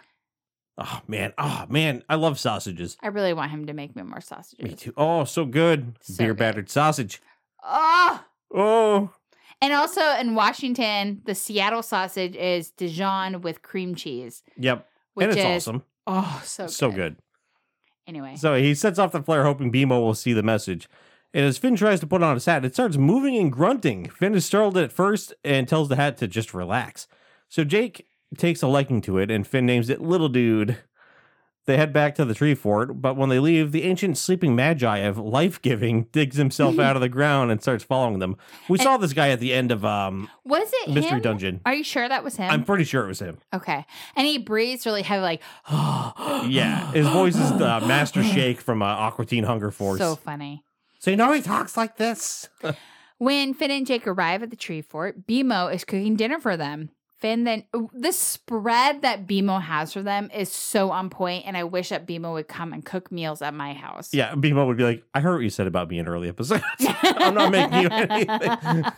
Oh man. Oh man. I love sausages. I really want him to make me more sausages. Me too. Oh, so good. So Beer good. battered sausage. Oh, Oh. and also in Washington, the Seattle sausage is Dijon with cream cheese, Yep. which and it's is awesome. oh so good. So good. Anyway, So he sets off the flare, hoping Bimo will see the message. And as Finn tries to put on his hat, it starts moving and grunting. Finn is startled at first and tells the hat to just relax. So Jake takes a liking to it, and Finn names it Little Dude. They head back to the tree fort, but when they leave, the ancient sleeping magi of life giving digs himself out of the ground and starts following them. We saw this guy at the end of um, was it Mystery him? Dungeon. Are you sure that was him? I'm pretty sure it was him. okay. And he breathes really heavy, like Yeah, his voice is uh, Master Shake from uh, Aqua Teen Hunger Force. so funny. So you know he talks like this. When Finn and Jake arrive at the tree fort, Bimo is cooking dinner for them. Finn then the spread that Bimo has for them is so on point, and I wish that Bimo would come and cook meals at my house. Yeah, Bimo would be like, I heard what you said about me in early episodes. I'm not making you anything.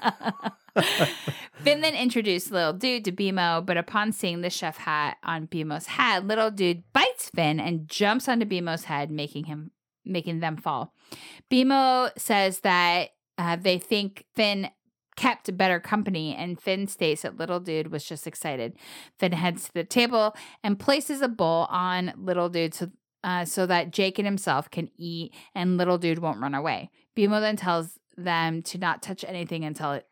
Finn then introduced Little Dude to Bimo, but upon seeing the chef hat on Bimo's head, Little Dude bites Finn and jumps onto Bimo's head, making him making them fall. Bimo says that uh, they think Finn kept better company, and Finn states that Little Dude was just excited. Finn heads to the table and places a bowl on Little Dude so, uh, so that Jake and himself can eat, and Little Dude won't run away. Bimo then tells them to not touch anything until it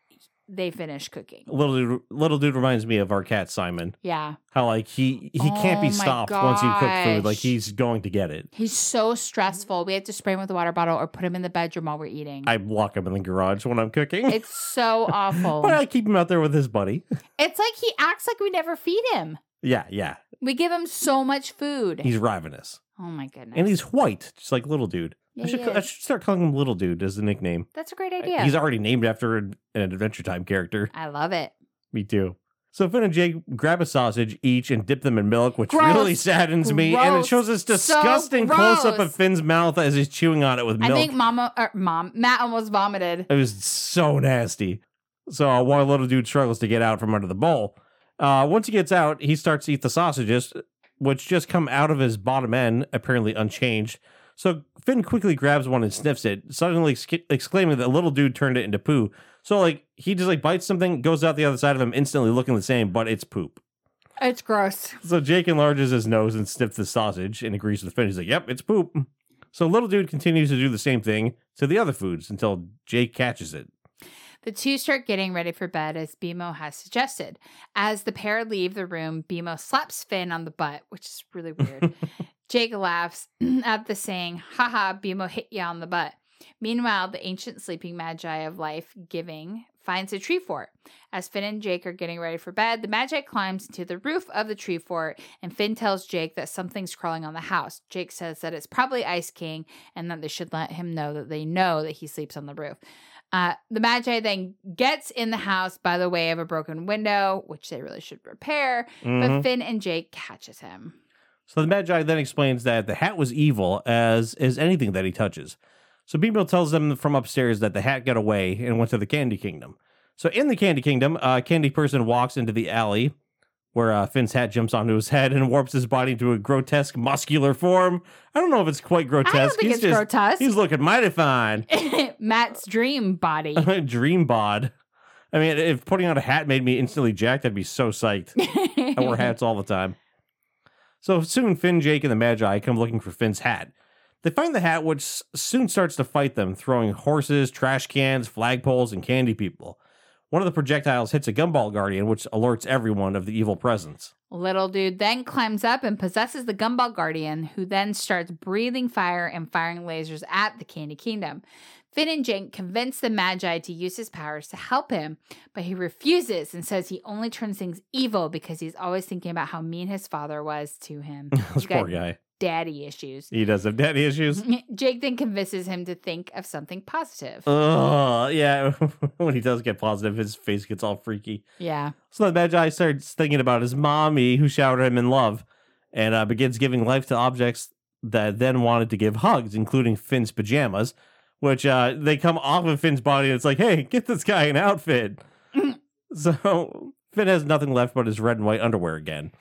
they finish cooking. Little dude, little dude reminds me of our cat Simon. Yeah. How like he he can't Oh be my stopped once you cook food. Like gosh. he's going to get it. He's so stressful. We have to spray him with a water bottle or put him in the bedroom while we're eating. I lock him in the garage when I'm cooking. it's so awful. But I keep him out there with his buddy. It's like he acts like we never feed him. Yeah, yeah. We give him so much food. He's ravenous. oh my goodness. And he's white, just like little dude. Yeah, I should he ca- I is. should start calling him little dude as the nickname. That's a great idea. He's already named after an, an Adventure Time character. I love it. Me too. So Finn and Jake grab a sausage each and dip them in milk, which Gross. really saddens me. And it Gross. shows this So disgusting close up of gross. Finn's mouth as he's chewing on it with milk. I think mama or mom Matt almost vomited. It was so nasty. So uh, while little dude struggles to get out from under the bowl, uh, once he gets out, he starts to eat the sausages, which just come out of his bottom end, apparently unchanged. So Finn quickly grabs one and sniffs it, suddenly ex- exclaiming that little dude turned it into poo. So like he just like bites something, goes out the other side of him, instantly looking the same, but it's poop. It's gross. So Jake enlarges his nose and sniffs the sausage and agrees with Finn. He's like, "Yep, it's poop." So little dude continues to do the same thing to the other foods until Jake catches it. The two start getting ready for bed as Bimo has suggested. As the pair leave the room, Bimo slaps Finn on the butt, which is really weird. Jake laughs at the saying, haha, Bimo hit ya on the butt. Meanwhile, the ancient sleeping magi of life giving finds a tree fort. As Finn and Jake are getting ready for bed, the magi climbs into the roof of the tree fort, and Finn tells Jake that something's crawling on the house. Jake says that it's probably Ice King and that they should let him know that they know that he sleeps on the roof. Uh, the Magi then gets in the house by the way of a broken window, which they really should repair, Mhm. but Finn and Jake catches him. So the Magi then explains that the hat was evil, as is anything that he touches. So Bimo tells them from upstairs that the hat got away and went to the Candy Kingdom. So in the Candy Kingdom, uh, Candy Person walks into the alley where uh, Finn's hat jumps onto his head and warps his body into a grotesque, muscular form. I don't know if it's quite grotesque. I don't think he's it's just grotesque. he's looking mighty fine. Matt's dream body. Uh-huh. Dream bod. I mean, if putting on a hat made me instantly jacked, I'd be so psyched. I wore hats all the time. So soon, Finn, Jake, and the Magi come looking for Finn's hat. They find the hat, which s- soon starts to fight them, throwing horses, trash cans, flagpoles, and candy people. One of the projectiles hits a gumball guardian, which alerts everyone of the evil presence. Little dude then climbs up and possesses the gumball guardian, who then starts breathing fire and firing lasers at the Candy Kingdom. Finn and Jake convince the Magi to use his powers to help him, but he refuses and says he only turns things evil because he's always thinking about how mean his father was to him. this He's got poor guy. daddy issues. He does have daddy issues. Jake then convinces him to think of something positive. Uh, Ugh, yeah. when he does get positive, his face gets all freaky. yeah. So the Magi starts thinking about his mommy, who showered him in love, and uh, begins giving life to objects that then wanted to give hugs, including Finn's pajamas, which uh, they come off of Finn's body, and it's like, hey, get this guy an outfit. so Finn has nothing left but his red and white underwear again.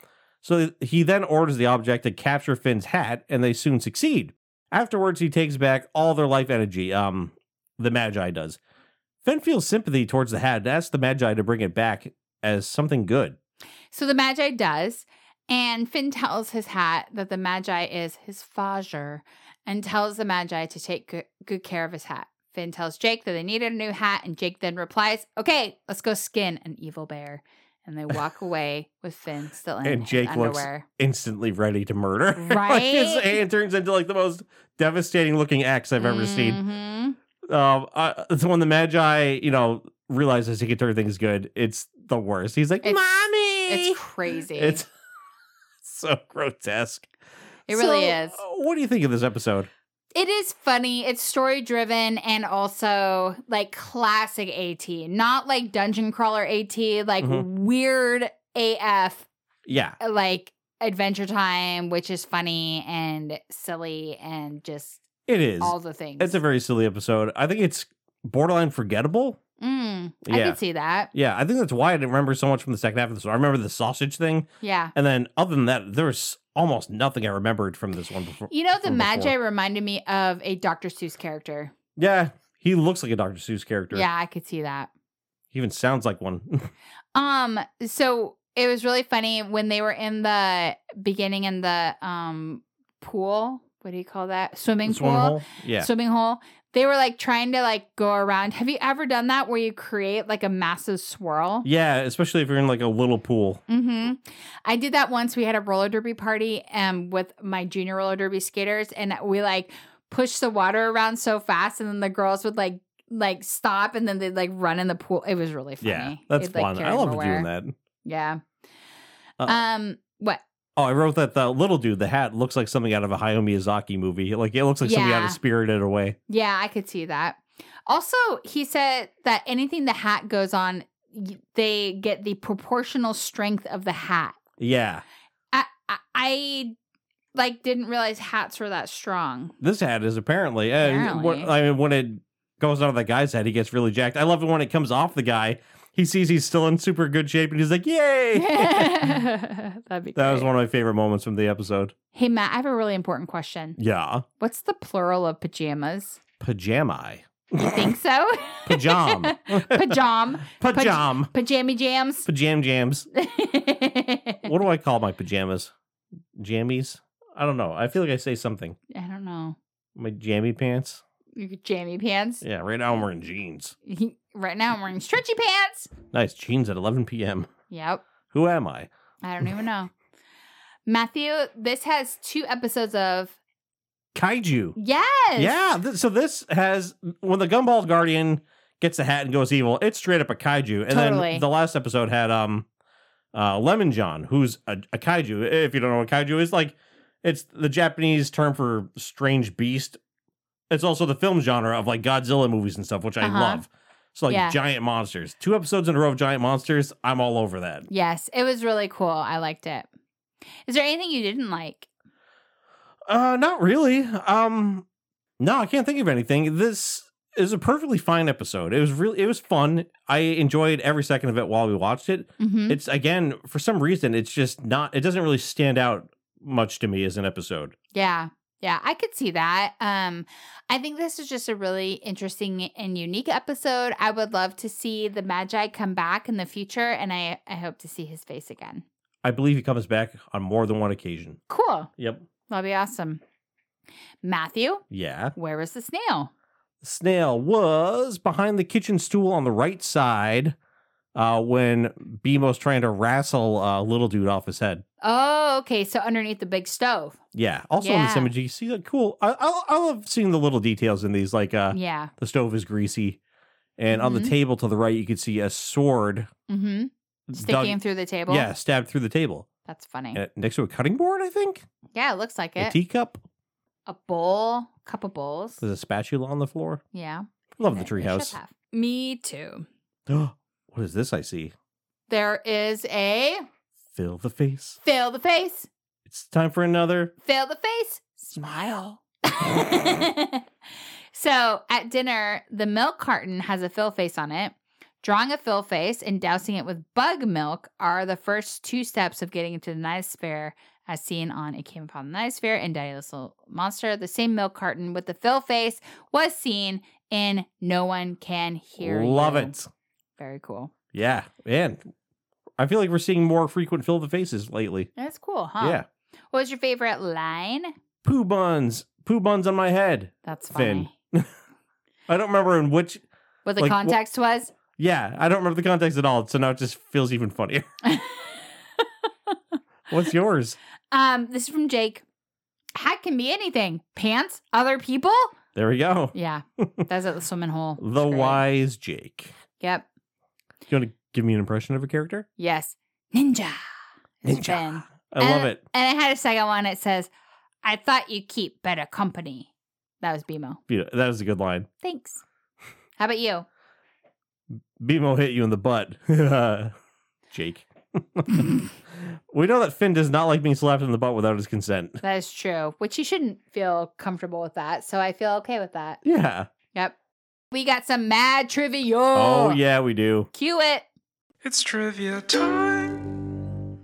So he then orders the object to capture Finn's hat, and they soon succeed. Afterwards, he takes back all their life energy. Um, the Magi does. Finn feels sympathy towards the hat and asks the Magi to bring it back as something good. So the Magi does, and Finn tells his hat that the Magi is his Fajer and tells the Magi to take good, good care of his hat. Finn tells Jake that they needed a new hat, and Jake then replies, Okay, let's go skin an evil bear. And they walk away with Finn still in And his Jake looks- underwear. Instantly ready to murder. like Right? his hand turns into like the most devastating looking axe I've ever seen. Mhm. Um, uh, so when the Magi, you know, realizes he can turn things good, it's the worst. He's like, It's- "Mommy!" It's crazy. It's so grotesque. it really So, is. uh, What do you think of this episode? It is funny. It's story driven and also like classic AT, not like dungeon crawler AT, like Mhm. weird AF, Yeah, like Adventure Time, which is funny and silly and just it is. all the things. It's a very silly episode. I think it's borderline forgettable. mm, I Yeah. could see that. Yeah, I think that's why I didn't remember so much from the second half of this. one. I remember the sausage thing. Yeah. And then other than that, there was almost nothing I remembered from this one before. You know, the From Magi before. reminded me of a Dr. Seuss character. Yeah, he looks like a Dr. Seuss character. Yeah, I could see that. He even sounds like one. Um, so it was really funny when they were in the beginning in the um pool what do you call that? Swimming Swimming pool. hole? Yeah. Swimming hole. They were like trying to like go around. Have you ever done that where you create like a massive swirl? yeah, especially if you're in like a little pool. hmm I did that once. We had a roller derby party um with my junior roller derby skaters, and we like pushed the water around so fast, and then the girls would like like stop, and then they'd like run in the pool. It was really funny. Yeah, that's It, like, fun. I carried love everywhere. doing that. Yeah. Uh, um. What? Oh, I wrote that the little dude, the hat, looks like something out of a Hayao Miyazaki movie. Like it looks like something out Yeah. of Spirited Away. Yeah, I could see that. Also, he said that anything the hat goes on, y- they get the proportional strength of the hat. Yeah, I, I, I like didn't realize hats were that strong. this hat is apparently. And what, Apparently. I mean, when it goes out of the guy's head, he gets really jacked. I love it when it comes off the guy. He sees he's still in super good shape, and he's like, "Yay!" that That'd be was great. one of my favorite moments from the episode. Hey Matt, I have a really important question. Yeah, What's the plural of pajamas? pajama. You think so? Pajam. Pajam. Pajam. Pajammy jams. Pajam jams. What do I call my pajamas? Jammies? I don't know. I feel like I say something. I don't know. My jammy pants. Your Jammy pants. Yeah, right now I'm wearing jeans. right now I'm wearing stretchy pants. Nice jeans at 11 p.m. Yep. Who am I? I don't even know. Matthew, this has two episodes of Kaiju. Yes. Yeah. Th- so this has when the Gumball Guardian gets the hat and goes evil, it's straight up a kaiju. And Totally. then the last episode had um uh Lemon John, who's a, a kaiju. If you don't know what kaiju is, like it's the Japanese term for strange beast. It's also the film genre of like Godzilla movies and stuff, which I Uh-huh. love. So like Yeah. giant monsters. Two episodes in a row of giant monsters, I'm all over that. Yes. It was really cool. I liked it. Is there anything you didn't like? Uh, not really. Um, no, I can't think of anything. This is a perfectly fine episode. It was really, it was fun. I enjoyed every second of it while we watched it. Mm-hmm. It's again, for some reason, it's just not. It doesn't really stand out much to me as an episode. Yeah. Yeah, I could see that. Um I think this is just a really interesting and unique episode. I would love to see the Magi come back in the future and I I hope to see his face again. I believe he comes back on more than one occasion. Cool. Yep. That'll be awesome. Matthew, Yeah. where was the snail? Snail was behind the kitchen stool on the right side uh, when Bemo's trying to wrestle uh, little dude off his head. Oh, okay. So underneath the big stove. Yeah. Also in this Yeah. image, you see that cool. I, I I love seeing the little details in these. Like uh, Yeah. the stove is greasy, and on Mhm. the table to the right, you could see a sword Mm-hmm. dug- Sticking through the table. Yeah, stabbed through the table That's funny. And next to a cutting board. I think Yeah, it looks like a it. teacup. A bowl, cup of bowls. There's a spatula on the floor. Yeah. Love the They- they should treehouse. have. Me too. what is this? I see. There is a Fill the face. fill the face. It's time for another. Fill the face. Smile. so at dinner, the milk carton has a fill face on it. Drawing a fill face and dousing it with bug milk are the first two steps of getting into the night sphere, as seen on It Came Upon the Night Sphere and Daddy Little Monster. The same milk carton with the fill face was seen in No One Can Hear Love You. it. Very cool. Yeah, man. I feel like we're seeing more frequent fill the faces lately. That's cool, huh? Yeah. What was your favorite line? Poo buns. Poo buns on my head. That's Finn. funny. I don't remember in which What the Like, wh- context was? Yeah, I don't remember the context at all, so now it just feels even funnier. What's yours? Um, this is from Jake. Hat can be anything. Pants, other people. There we go. Yeah, that's at the swimming hole. The It's great. wise Jake. Yep. You want to give me an impression of a character? Yes. Ninja. It's Finn. I love it. And I had a second one. It says, "I thought you keep better company." That was Bimo. Be- That was a good line. Thanks. How about you? Bimo hit you in the butt. Jake. we know that Finn does not like being slapped in the butt without his consent. That is true. Which you shouldn't feel comfortable with that. So I feel okay with that. Yeah. Yep. We got some mad trivia. Oh, yeah, we do. Cue it. It's trivia time.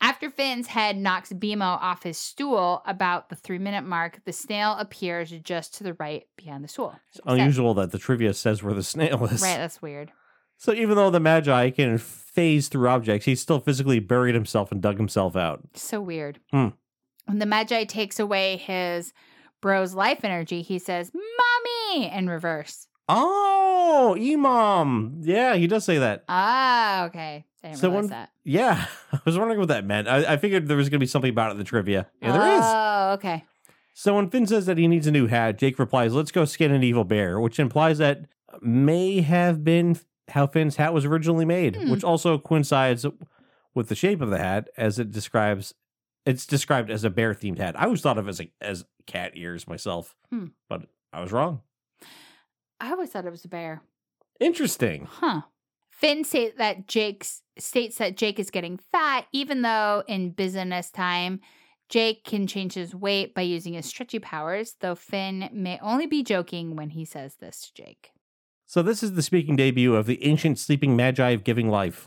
After Finn's head knocks Bimo off his stool about the three minute mark, the snail appears just to the right behind the stool. It's unusual that the trivia says where the snail is. Right, that's weird. So even though the Magi can phase through objects, he still physically buried himself and dug himself out. So weird. Hmm. When the Magi takes away his Bro's life energy, he says, Mommy, in reverse. Oh, Imam. Yeah, he does say that. Ah, okay. I didn't So realize when- that. Yeah, I was wondering what that meant. I, I figured there was going to be something about it in the trivia, and there is. Oh, okay. So when Finn says that he needs a new hat, Jake replies, "Let's go skin an evil bear," which implies that may have been how Finn's hat was originally made, Hmm. which also coincides with the shape of the hat as it describes. It's described as a bear themed hat. I always thought of it as a, as cat ears myself, Hmm. but I was wrong. I always thought it was a bear. Interesting. Huh. Finn state that Jake's states that Jake is getting fat, even though in business time, Jake can change his weight by using his stretchy powers, though Finn may only be joking when he says this to Jake. So this is the speaking debut of the ancient sleeping magi of giving life.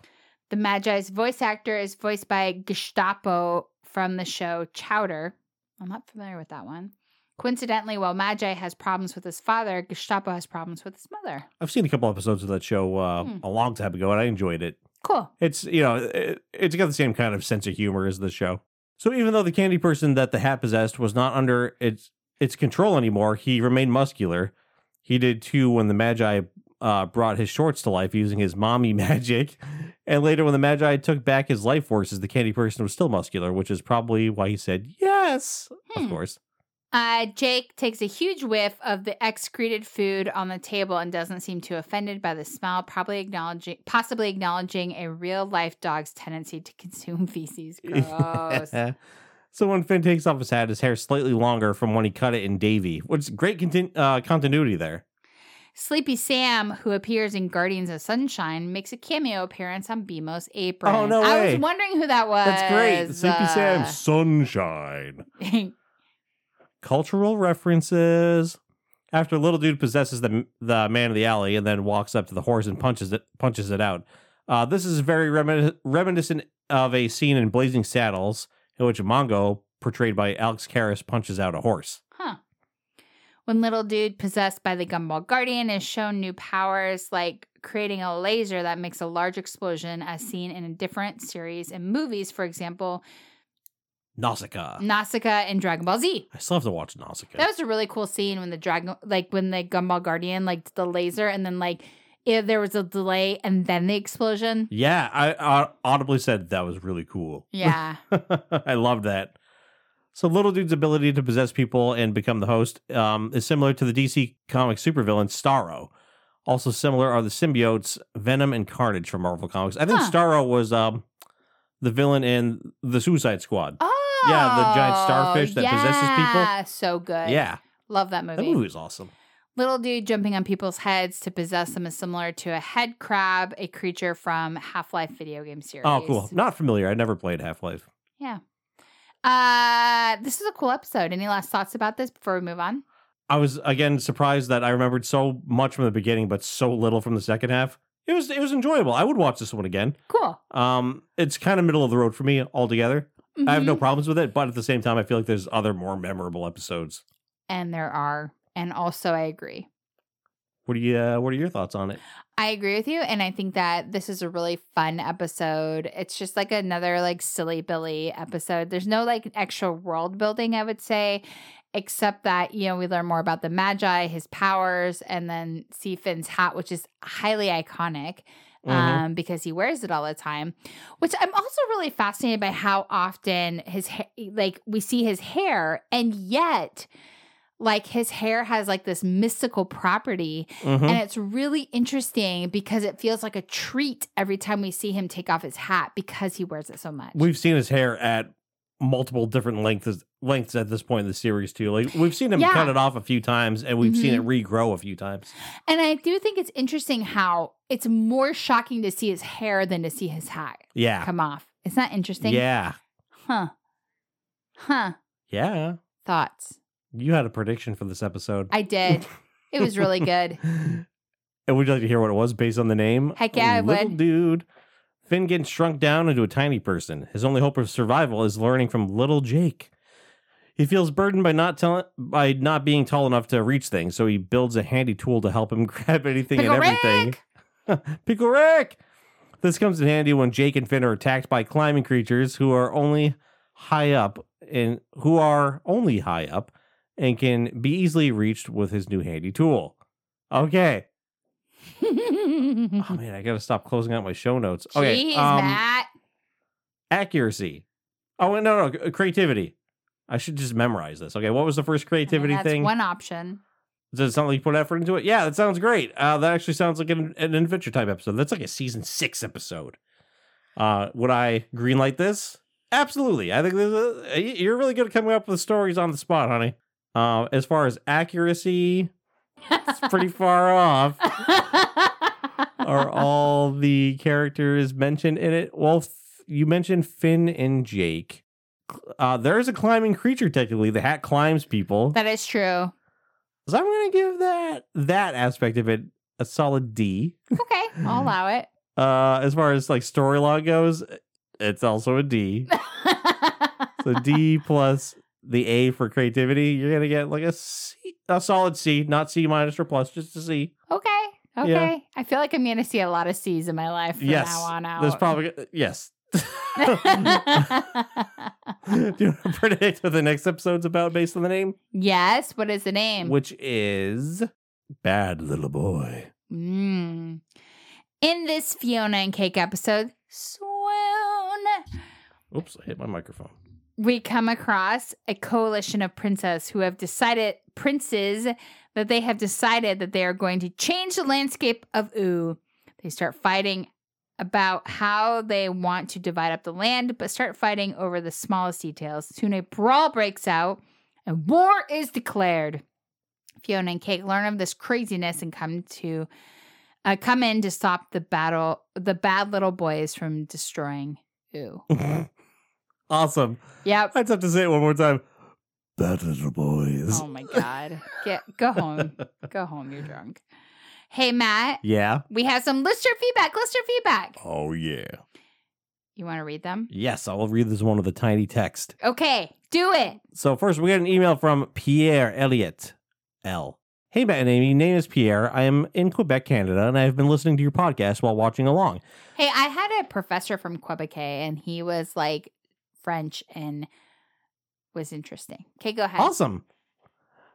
The Magi's voice actor is voiced by Gestapo from the show Chowder. I'm not familiar with that one. Coincidentally, while Magi has problems with his father, Gestapo has problems with his mother. I've seen a couple episodes of that show uh, Hmm. a long time ago, and I enjoyed it. Cool. It's you know, it, it's got the same kind of sense of humor as the show. So even though the candy person that the hat possessed was not under its its control anymore, he remained muscular. He did too when the Magi uh, brought his shorts to life using his mommy magic, and later when the Magi took back his life forces, the candy person was still muscular, which is probably why he said yes. Hmm. Of course, Uh, Jake takes a huge whiff of the excreted food on the table and doesn't seem too offended by the smell, probably acknowledging, possibly acknowledging a real life dog's tendency to consume feces. Gross. so when Finn takes off his hat, his hair is slightly longer from when he cut it in Davy, which is great contin- uh, continuity there. Sleepy Sam, who appears in Guardians of Sunshine, makes a cameo appearance on BMO's apron. Oh, no I way. was wondering who that was. Uh, That's great. Sleepy Sam, Sam's. sunshine. Cultural references. After little dude possesses the the man of the alley and then walks up to the horse and punches it punches it out. Uh, this is very remin- reminiscent of a scene in Blazing Saddles in which Mongo, portrayed by Alex Karras, punches out a horse. Huh. When little dude possessed by the Gumball Guardian is shown new powers like creating a laser that makes a large explosion as seen in a different series and movies, for example, Nausicaa. Nausicaa and Dragon Ball Z. I still have to watch Nausicaa. Mm. That was a really cool scene when the dragon like when the Gumball Guardian like did the laser and then like if there was a delay and then the explosion. yeah, I, I audibly said that was really cool. Yeah. I love that. So little dude's ability to possess people and become the host um, is similar to the DC comic supervillain Starro. Also similar are the symbiotes Venom and Carnage from Marvel Comics. I think Huh. Starro was um, the villain in the Suicide Squad. oh Yeah, the giant starfish that possesses people. Yeah, so good. yeah, Love that movie. that movie was awesome. Little dude jumping on people's heads to possess them is similar to a head crab, a creature from Half Life video game series. Oh, cool. Not familiar. I never played Half Life. Uh, this is a cool episode. Any last thoughts about this before we move on? I was again surprised that I remembered so much from the beginning, but so little from the second half. It was it was enjoyable. I would watch this one again. Cool. Um, it's kind of middle of the road for me altogether. I have no Mhm. problems with it, but at the same time, I feel like there's other more memorable episodes. And there are. And also, I agree. What are you? Uh, what are your thoughts on it? I agree with you, and I think that this is a really fun episode. It's just like another like silly Billy episode. There's no like extra world building, I would say, except that you know we learn more about the Magi, his powers, and then see Finn's hat, which is highly iconic Mhm. um, because he wears it all the time. Which I'm also really fascinated by how often his ha- like we see his hair, and yet like his hair has like this mystical property Mhm. and it's really interesting because it feels like a treat every time we see him take off his hat because he wears it so much. We've seen his hair at multiple different lengths lengths at this point in the series too. Like we've seen him Yeah. Mm-hmm. cut it off a few times, and we've seen it regrow a few times. and I do think it's interesting how it's more shocking to see his hair than to see his hat Yeah, come off. Isn't that interesting? yeah, Huh. Huh. yeah. Thoughts. You had a prediction for this episode, I did. it was really good. and would you like to hear what it was based on the name? Heck yeah, I Little would. dude. Finn gets shrunk down into a tiny person. His only hope of survival is learning from little Jake. He feels burdened by not tell- by not being tall enough to reach things, so he builds a handy tool to help him grab anything Pickle and everything. Rick! Pickle Rick! This comes in handy when Jake and Finn are attacked by climbing creatures who are only high up and who are only high up and can be easily reached with his new handy tool. Okay. Oh man, I gotta stop closing out my show notes. Okay. Jeez, um, Matt. accuracy. Oh wait, no, no, creativity. I should just memorize this. Okay, what was the first I mean, creativity that's thing? one option. Does it sound like you put effort into it? Yeah, that sounds great. Uh, that actually sounds like an, an adventure type episode. That's like a season six episode. Uh, would I greenlight this? Absolutely. I think this is, y- you're really good at coming up with stories on the spot, honey. Uh, as far as accuracy, it's pretty far off. Are all the characters mentioned in it? Well, f- you mentioned Finn and Jake. Uh, there is a climbing creature technically. The hat climbs people. that is true. So I'm gonna give that that aspect of it a solid D. Okay, I'll allow it. Uh, as far as like story log goes, uh, it's also a D. So D plus the A for creativity, you're gonna get like a C, a solid C, not C minus or plus, just a C. okay. Okay. Yeah. I feel like I'm going to see a lot of C's in my life from Yes, now on out. There's probably uh, yes. Do you want to predict what the next episode's about based on the name, yes. What is the name? which is Bad Little Boy. Mm. In this Fiona and Cake episode, swoon, Oops, I hit my microphone. we come across a coalition of princes who have decided princes that they have decided that they are going to change the landscape of Ooh. They start fighting about how they want to divide up the land, but start fighting over the smallest details. Soon a brawl breaks out and war is declared. Fiona and Cake learn of this craziness and come to uh, come in to stop the battle the bad little boys from destroying Ooh. awesome. Yep. I just have to say it one more time. Bad little boys. Oh my god. Get go home. Go home. You're drunk. Hey Matt, Yeah. we have some lister feedback. Lister feedback. Oh yeah. You want to read them? Yes, I'll read this one with a tiny text. Okay, do it. So first, we got an email from Pierre Elliott L. Hey, Matt and Amy. Name is Pierre. I am in Quebec, Canada, and I have been listening to your podcast while watching along. Hey, I had a professor from Quebec and he was like French and was interesting. Okay, go ahead. Awesome.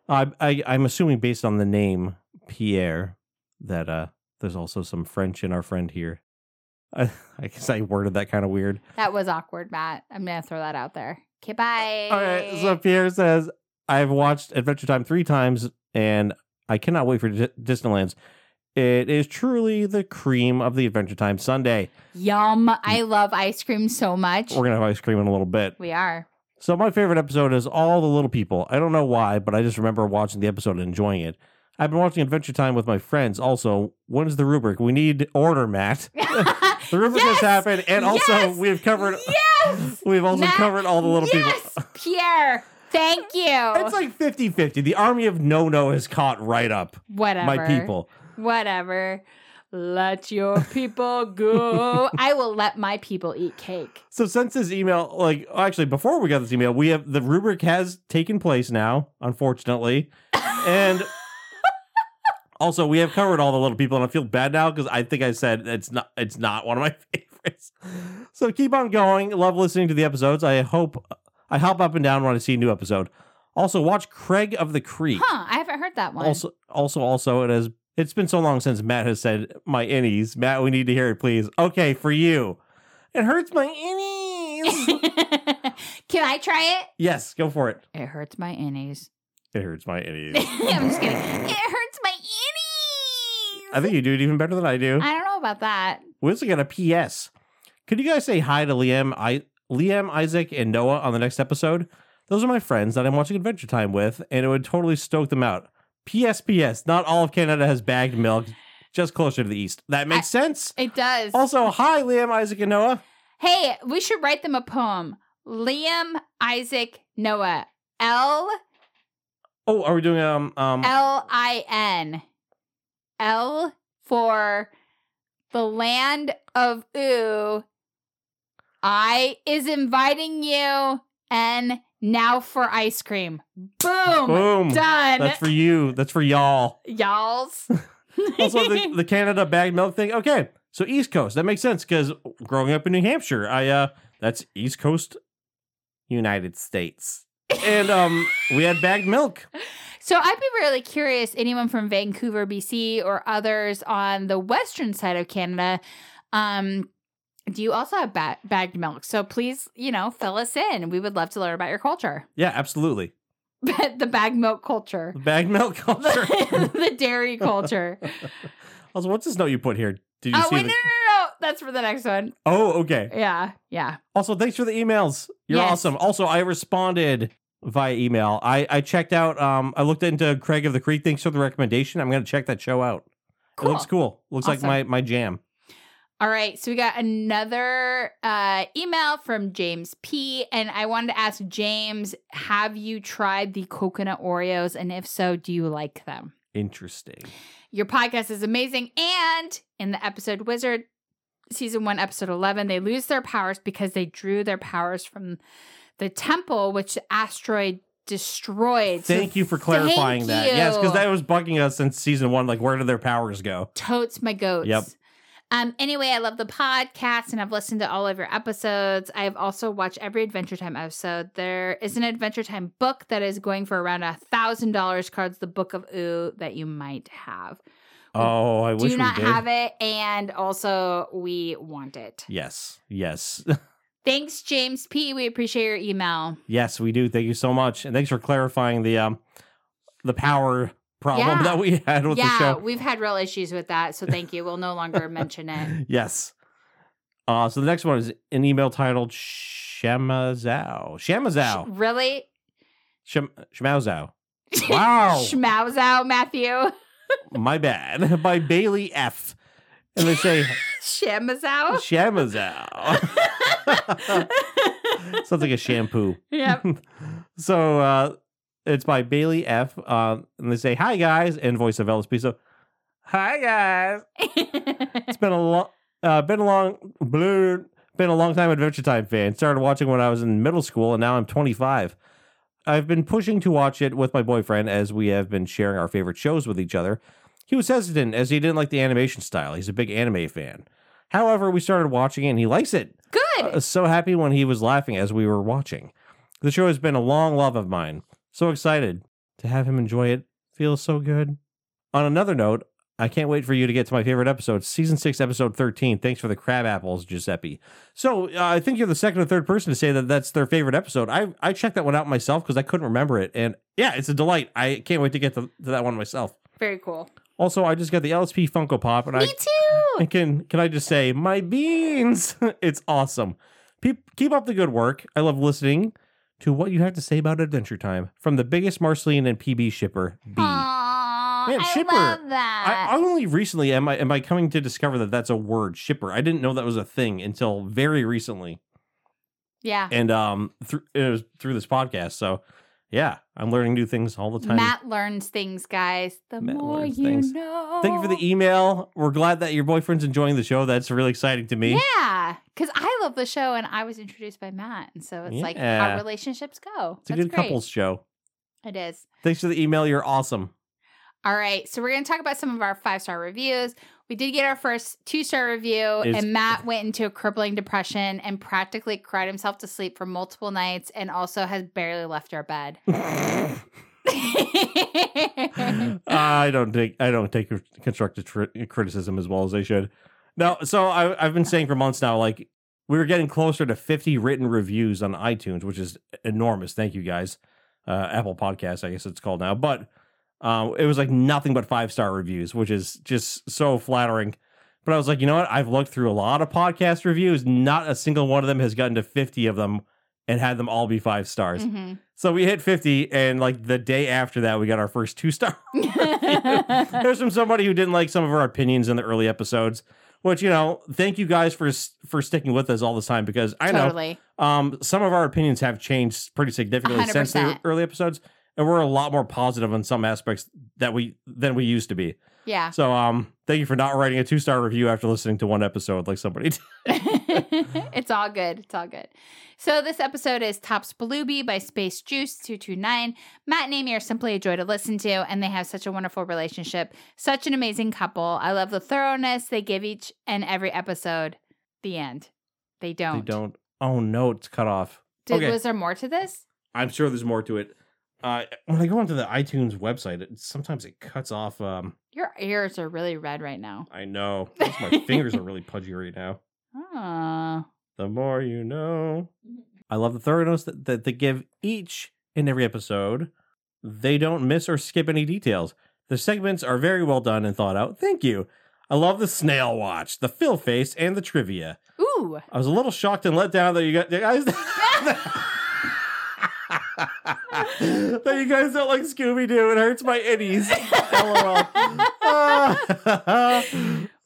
I, I I'm assuming based on the name Pierre that uh there's also some French in our friend here. I, I guess I worded that kind of weird. That was awkward, Matt. I'm gonna throw that out there. Okay, bye. All right. Eh. So Pierre says, I've watched Adventure Time three times and I cannot wait for D- Disneyland's. It is truly the cream of the Adventure Time Sunday. Yum. I love ice cream so much. We're going to have ice cream in a little bit. We are. So, my favorite episode is All the Little People. I don't know why, but I just remember watching the episode and enjoying it. I've been watching Adventure Time with my friends also. When is the rubric? We need order, Matt. The rubric Yes! has happened, and also Yes! we've covered. Yes. We've also Matt, covered all the little people. yes, Pierre. Thank you. It's like 50 50. The army of no no has caught right up Whatever. my people. Whatever. Let your people go. I will let my people eat cake. So since this email, like actually before we got this email, we have the rubric has taken place now, unfortunately, and also we have covered all the little people, and I feel bad now because I think I said it's not it's not one of my favorites. So keep on going. Love listening to the episodes. I hope I hop up and down when I see a new episode. Also watch Craig of the Creek. Huh, I haven't heard that one. Also, also, also, it has. It's been so long since Matt has said my innies. Matt, we need to hear it, please. Okay, for you. It hurts my innies. Can I try it? yes, go for it. It hurts my innies. It hurts my innies. I'm just kidding. It hurts my innies. I think you do it even better than I do. I don't know about that. We also got a PS. Could you guys say hi to Liam, I, Liam, Isaac, and Noah on the next episode? Those are my friends that I'm watching Adventure Time with, and it would totally stoke them out. PS, PS. Not all of Canada has bagged milk. Just closer to the east. That makes sense. It does. Also, hi, Liam, Isaac, and Noah. Hey, we should write them a poem. Liam, Isaac, Noah. L Oh, are we doing um um? L I N. L for the land of ooh. I is inviting you, and now for ice cream. Boom! boom. Oh Done, That's for you. That's for y'all. y'alls. Also, the, the Canada bag milk thing. Okay, so East Coast. That makes sense because growing up in New Hampshire, I uh, that's East Coast, United States. and um, we had bagged milk. So I'd be really curious, anyone from Vancouver, BC, or others on the western side of Canada, um, do you also have ba- bagged milk? So please, you know, fill us in. We would love to learn about your culture, Yeah, absolutely. the bagged milk culture, Bagged milk culture. the dairy culture. also, what's this note you put here? Did you Oh see? wait, the- no, no, no, no, that's for the next one. Oh, okay. Yeah, yeah. Also, thanks for the emails. You're Yes. awesome. Also, I responded via email. I, I checked out. Um, I looked into Craig of the Creek. Thanks for the recommendation. I'm gonna check that show out. Cool. It looks cool. Looks Awesome. like my my jam. All right, so we got another uh, email from James P. And I wanted to ask James, have you tried the coconut Oreos? And if so, do you like them? Interesting. Your podcast is amazing. And in the episode Wizard, season one, episode 11, they lose their powers because they drew their powers from the temple, which the asteroid destroyed. So Thank you for clarifying thank that. Yes, because you. that was bugging us since season one. Like, where did their powers go? Totes my goats. Yep. Um, anyway, I love the podcast and I've listened to all of your episodes. I've also watched every Adventure Time episode. There is an Adventure Time book that is going for around a thousand dollars cards, the book of ooh that you might have. Oh, I wish Do not we did. have it, and also we want it. Yes, yes, Thanks, James P. We appreciate your email. yes. We do. Thank you so much, and thanks for clarifying the um the power problem Yeah. that we had with the yeah, show. we've had real issues with that, so thank you. We'll no longer mention it. yes. Uh, so the next one is an email titled Shamazao. Shamazao. Really? Sham- Shamazow. Wow. Schmouse out, Matthew. My bad. By Bailey F. And they say Shimmas Oh, out. Shamazow. Sounds like a shampoo. yep. so uh, it's by Bailey F. Uh, and they say, Hi, guys, and voice of Ellis So, Hi, guys. It's been a long, uh, been a long, blue, been a long time Adventure Time fan. Started watching when I was in middle school, and now I'm 25. I've been pushing to watch it with my boyfriend as we have been sharing our favorite shows with each other. He was hesitant as he didn't like the animation style. He's a big anime fan. However, we started watching it and he likes it. Good. I was Uh, so happy when he was laughing as we were watching. The show has been a long love of mine. So excited to have him enjoy it. Feels so good. On another note, I can't wait for you to get to my favorite episode, season six, episode 13. Thanks for the crab apples, Giuseppe. So uh, I think you're the second or third person to say that that's their favorite episode. I, I checked that one out myself because I couldn't remember it. And yeah, it's a delight. I can't wait to get to, to that one myself. Very cool. Also, I just got the LSP Funko Pop, and I Me too. and can can I just say, my beans? it's awesome. Peep, keep up the good work. I love listening to what you have to say about Adventure Time from the biggest Marceline and PB shipper, B. I Aw, Man, I shipper. love that. I only recently am I am I coming to discover that that's a word, shipper. I didn't know that was a thing until very recently, yeah. and um, through it was through this podcast. So, yeah, I'm learning new things all the time. Matt learns things, guys. The Matt more you learns things. know. Thank you for the email. We're glad that your boyfriend's enjoying the show. That's really exciting to me. Yeah, because I love the show, and I was introduced by Matt, and so it's like Yeah. how relationships go. it's a That's good great. couples show. It is. Thanks for the email. You're awesome. All right, so we're going to talk about some of our five star reviews. We did get our first two star review, Is- and Matt went into a crippling depression and practically cried himself to sleep for multiple nights, and also has barely left our bed. Mm-hmm. I don't take I don't take constructive tr- criticism as well as I should. No, so I, I've been saying for months now, like we were getting closer to 50 written reviews on iTunes, which is enormous. Thank you guys, uh, Apple Podcasts, I guess it's called now. But um, it was like nothing but five star reviews, which is just so flattering. But I was like, you know what? I've looked through a lot of podcast reviews. Not a single one of them has gotten to 50 of them and had them all be five stars. Mhm. So we hit 50, and like the day after that, we got our first two star. There's from somebody who didn't like some of our opinions in the early episodes, which you know, thank you guys for s- for sticking with us all this time because I totally. know um some of our opinions have changed pretty significantly since the 100%. early episodes, and we're a lot more positive on some aspects that we than we used to be. Yeah. So um, thank you for not writing a two star review after listening to one episode like somebody. Did. it's all good. It's all good. So this episode is Tops Balooby by Space Juice 229. Matt and Amy are simply a joy to listen to, and they have such a wonderful relationship. Such an amazing couple. I love the thoroughness they give each and every episode. The end. They They don't. don't. Oh no, it's cut off. Did, okay. Was there more to this? I'm sure there's more to it. Uh, when I go onto the iTunes website, it, sometimes it cuts off. Um, Your ears are really red right now. I know Plus my fingers are really pudgy right now. Ah. The more you know. I love the thoroughness that, that they give each and every episode. They don't miss or skip any details. The segments are very well done and thought out. Thank you. I love the snail watch, the fill face, and the trivia. Ooh. I was a little shocked and let down that you got guys that you guys don't like Scooby Doo. It hurts my innies. LOL. Ah.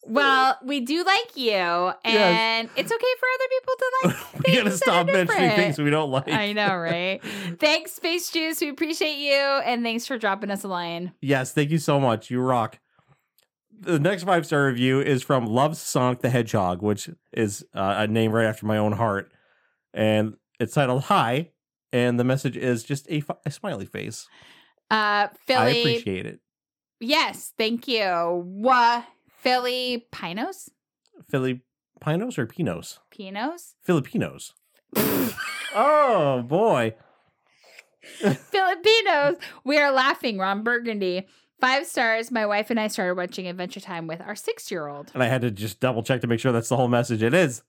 Well, we do like you, and it's okay for other people to like we gotta Things that stop are mentioning different. things we don't like. I know, right? thanks, Space Juice. We appreciate you. And thanks for dropping us a line. Yes, thank you so much. You rock. The next five star review is from Love Sonic the Hedgehog, which is uh, a name right after my own heart. And it's titled Hi. And the message is just a, fi- a smiley face. Uh, I Philly. appreciate it. yes, thank you. Wha- Philly Pinos? Filipinos or Pinos? Pinos? Filipinos. oh, boy. Filipinos. We are laughing. Ron Burgundy. Five stars. My wife and I started watching Adventure Time with our six year old. And I had to just double check to make sure that's the whole message. It is.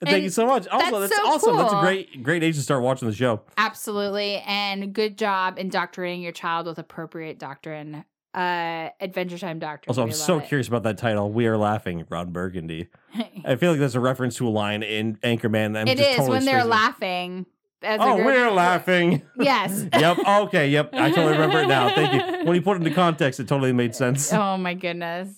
And thank And you so much. Also, that's that's so awesome. That's a cool. great, great age to start watching the show. Absolutely. And good job indoctrinating your child with appropriate doctrine. Uh, Adventure Time doctrine. Also, I'm We love so it. curious about that title. We are laughing, Ron Burgundy. I feel like that's a reference to a line in Anchorman. I'm it just is totally when they're spacing. laughing. As a Oh, group. we're laughing. Yes. yep. Okay. Yep. I totally remember it now. Thank you. When you put it into context, it totally made sense. Oh my goodness.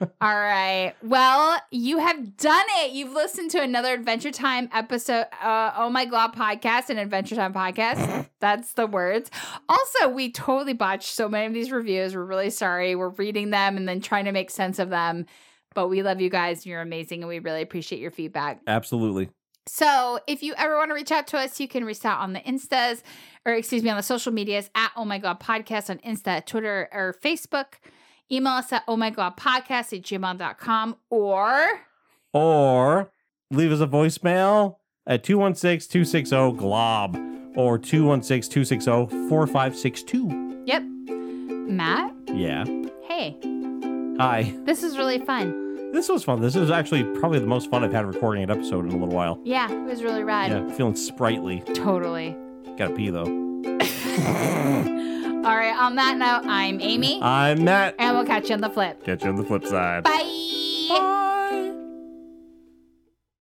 All right. Well, you have done it. You've listened to another Adventure Time episode, uh, Oh My God podcast and Adventure Time podcast. That's the words. Also, we totally botched so many of these reviews. We're really sorry. We're reading them and then trying to make sense of them. But we love you guys. You're amazing and we really appreciate your feedback. Absolutely. So if you ever want to reach out to us, you can reach out on the Instas or excuse me, on the social medias at Oh My God Podcast on Insta, Twitter, or Facebook. Email us at Oh My God Podcast at gmail.com or Or leave us a voicemail at 216 260 GLOB or 216 260 4562. yep. Matt, Yeah. hey, Hi. this is really fun. This was fun. This is actually probably the most fun I've had recording an episode in a little while. Yeah, it was really rad. Yeah. Feeling sprightly. Totally. Gotta pee though. All right, on that note, I'm Amy. I'm Matt. and we'll catch you on the flip. Catch you on the flip side. Bye. Bye.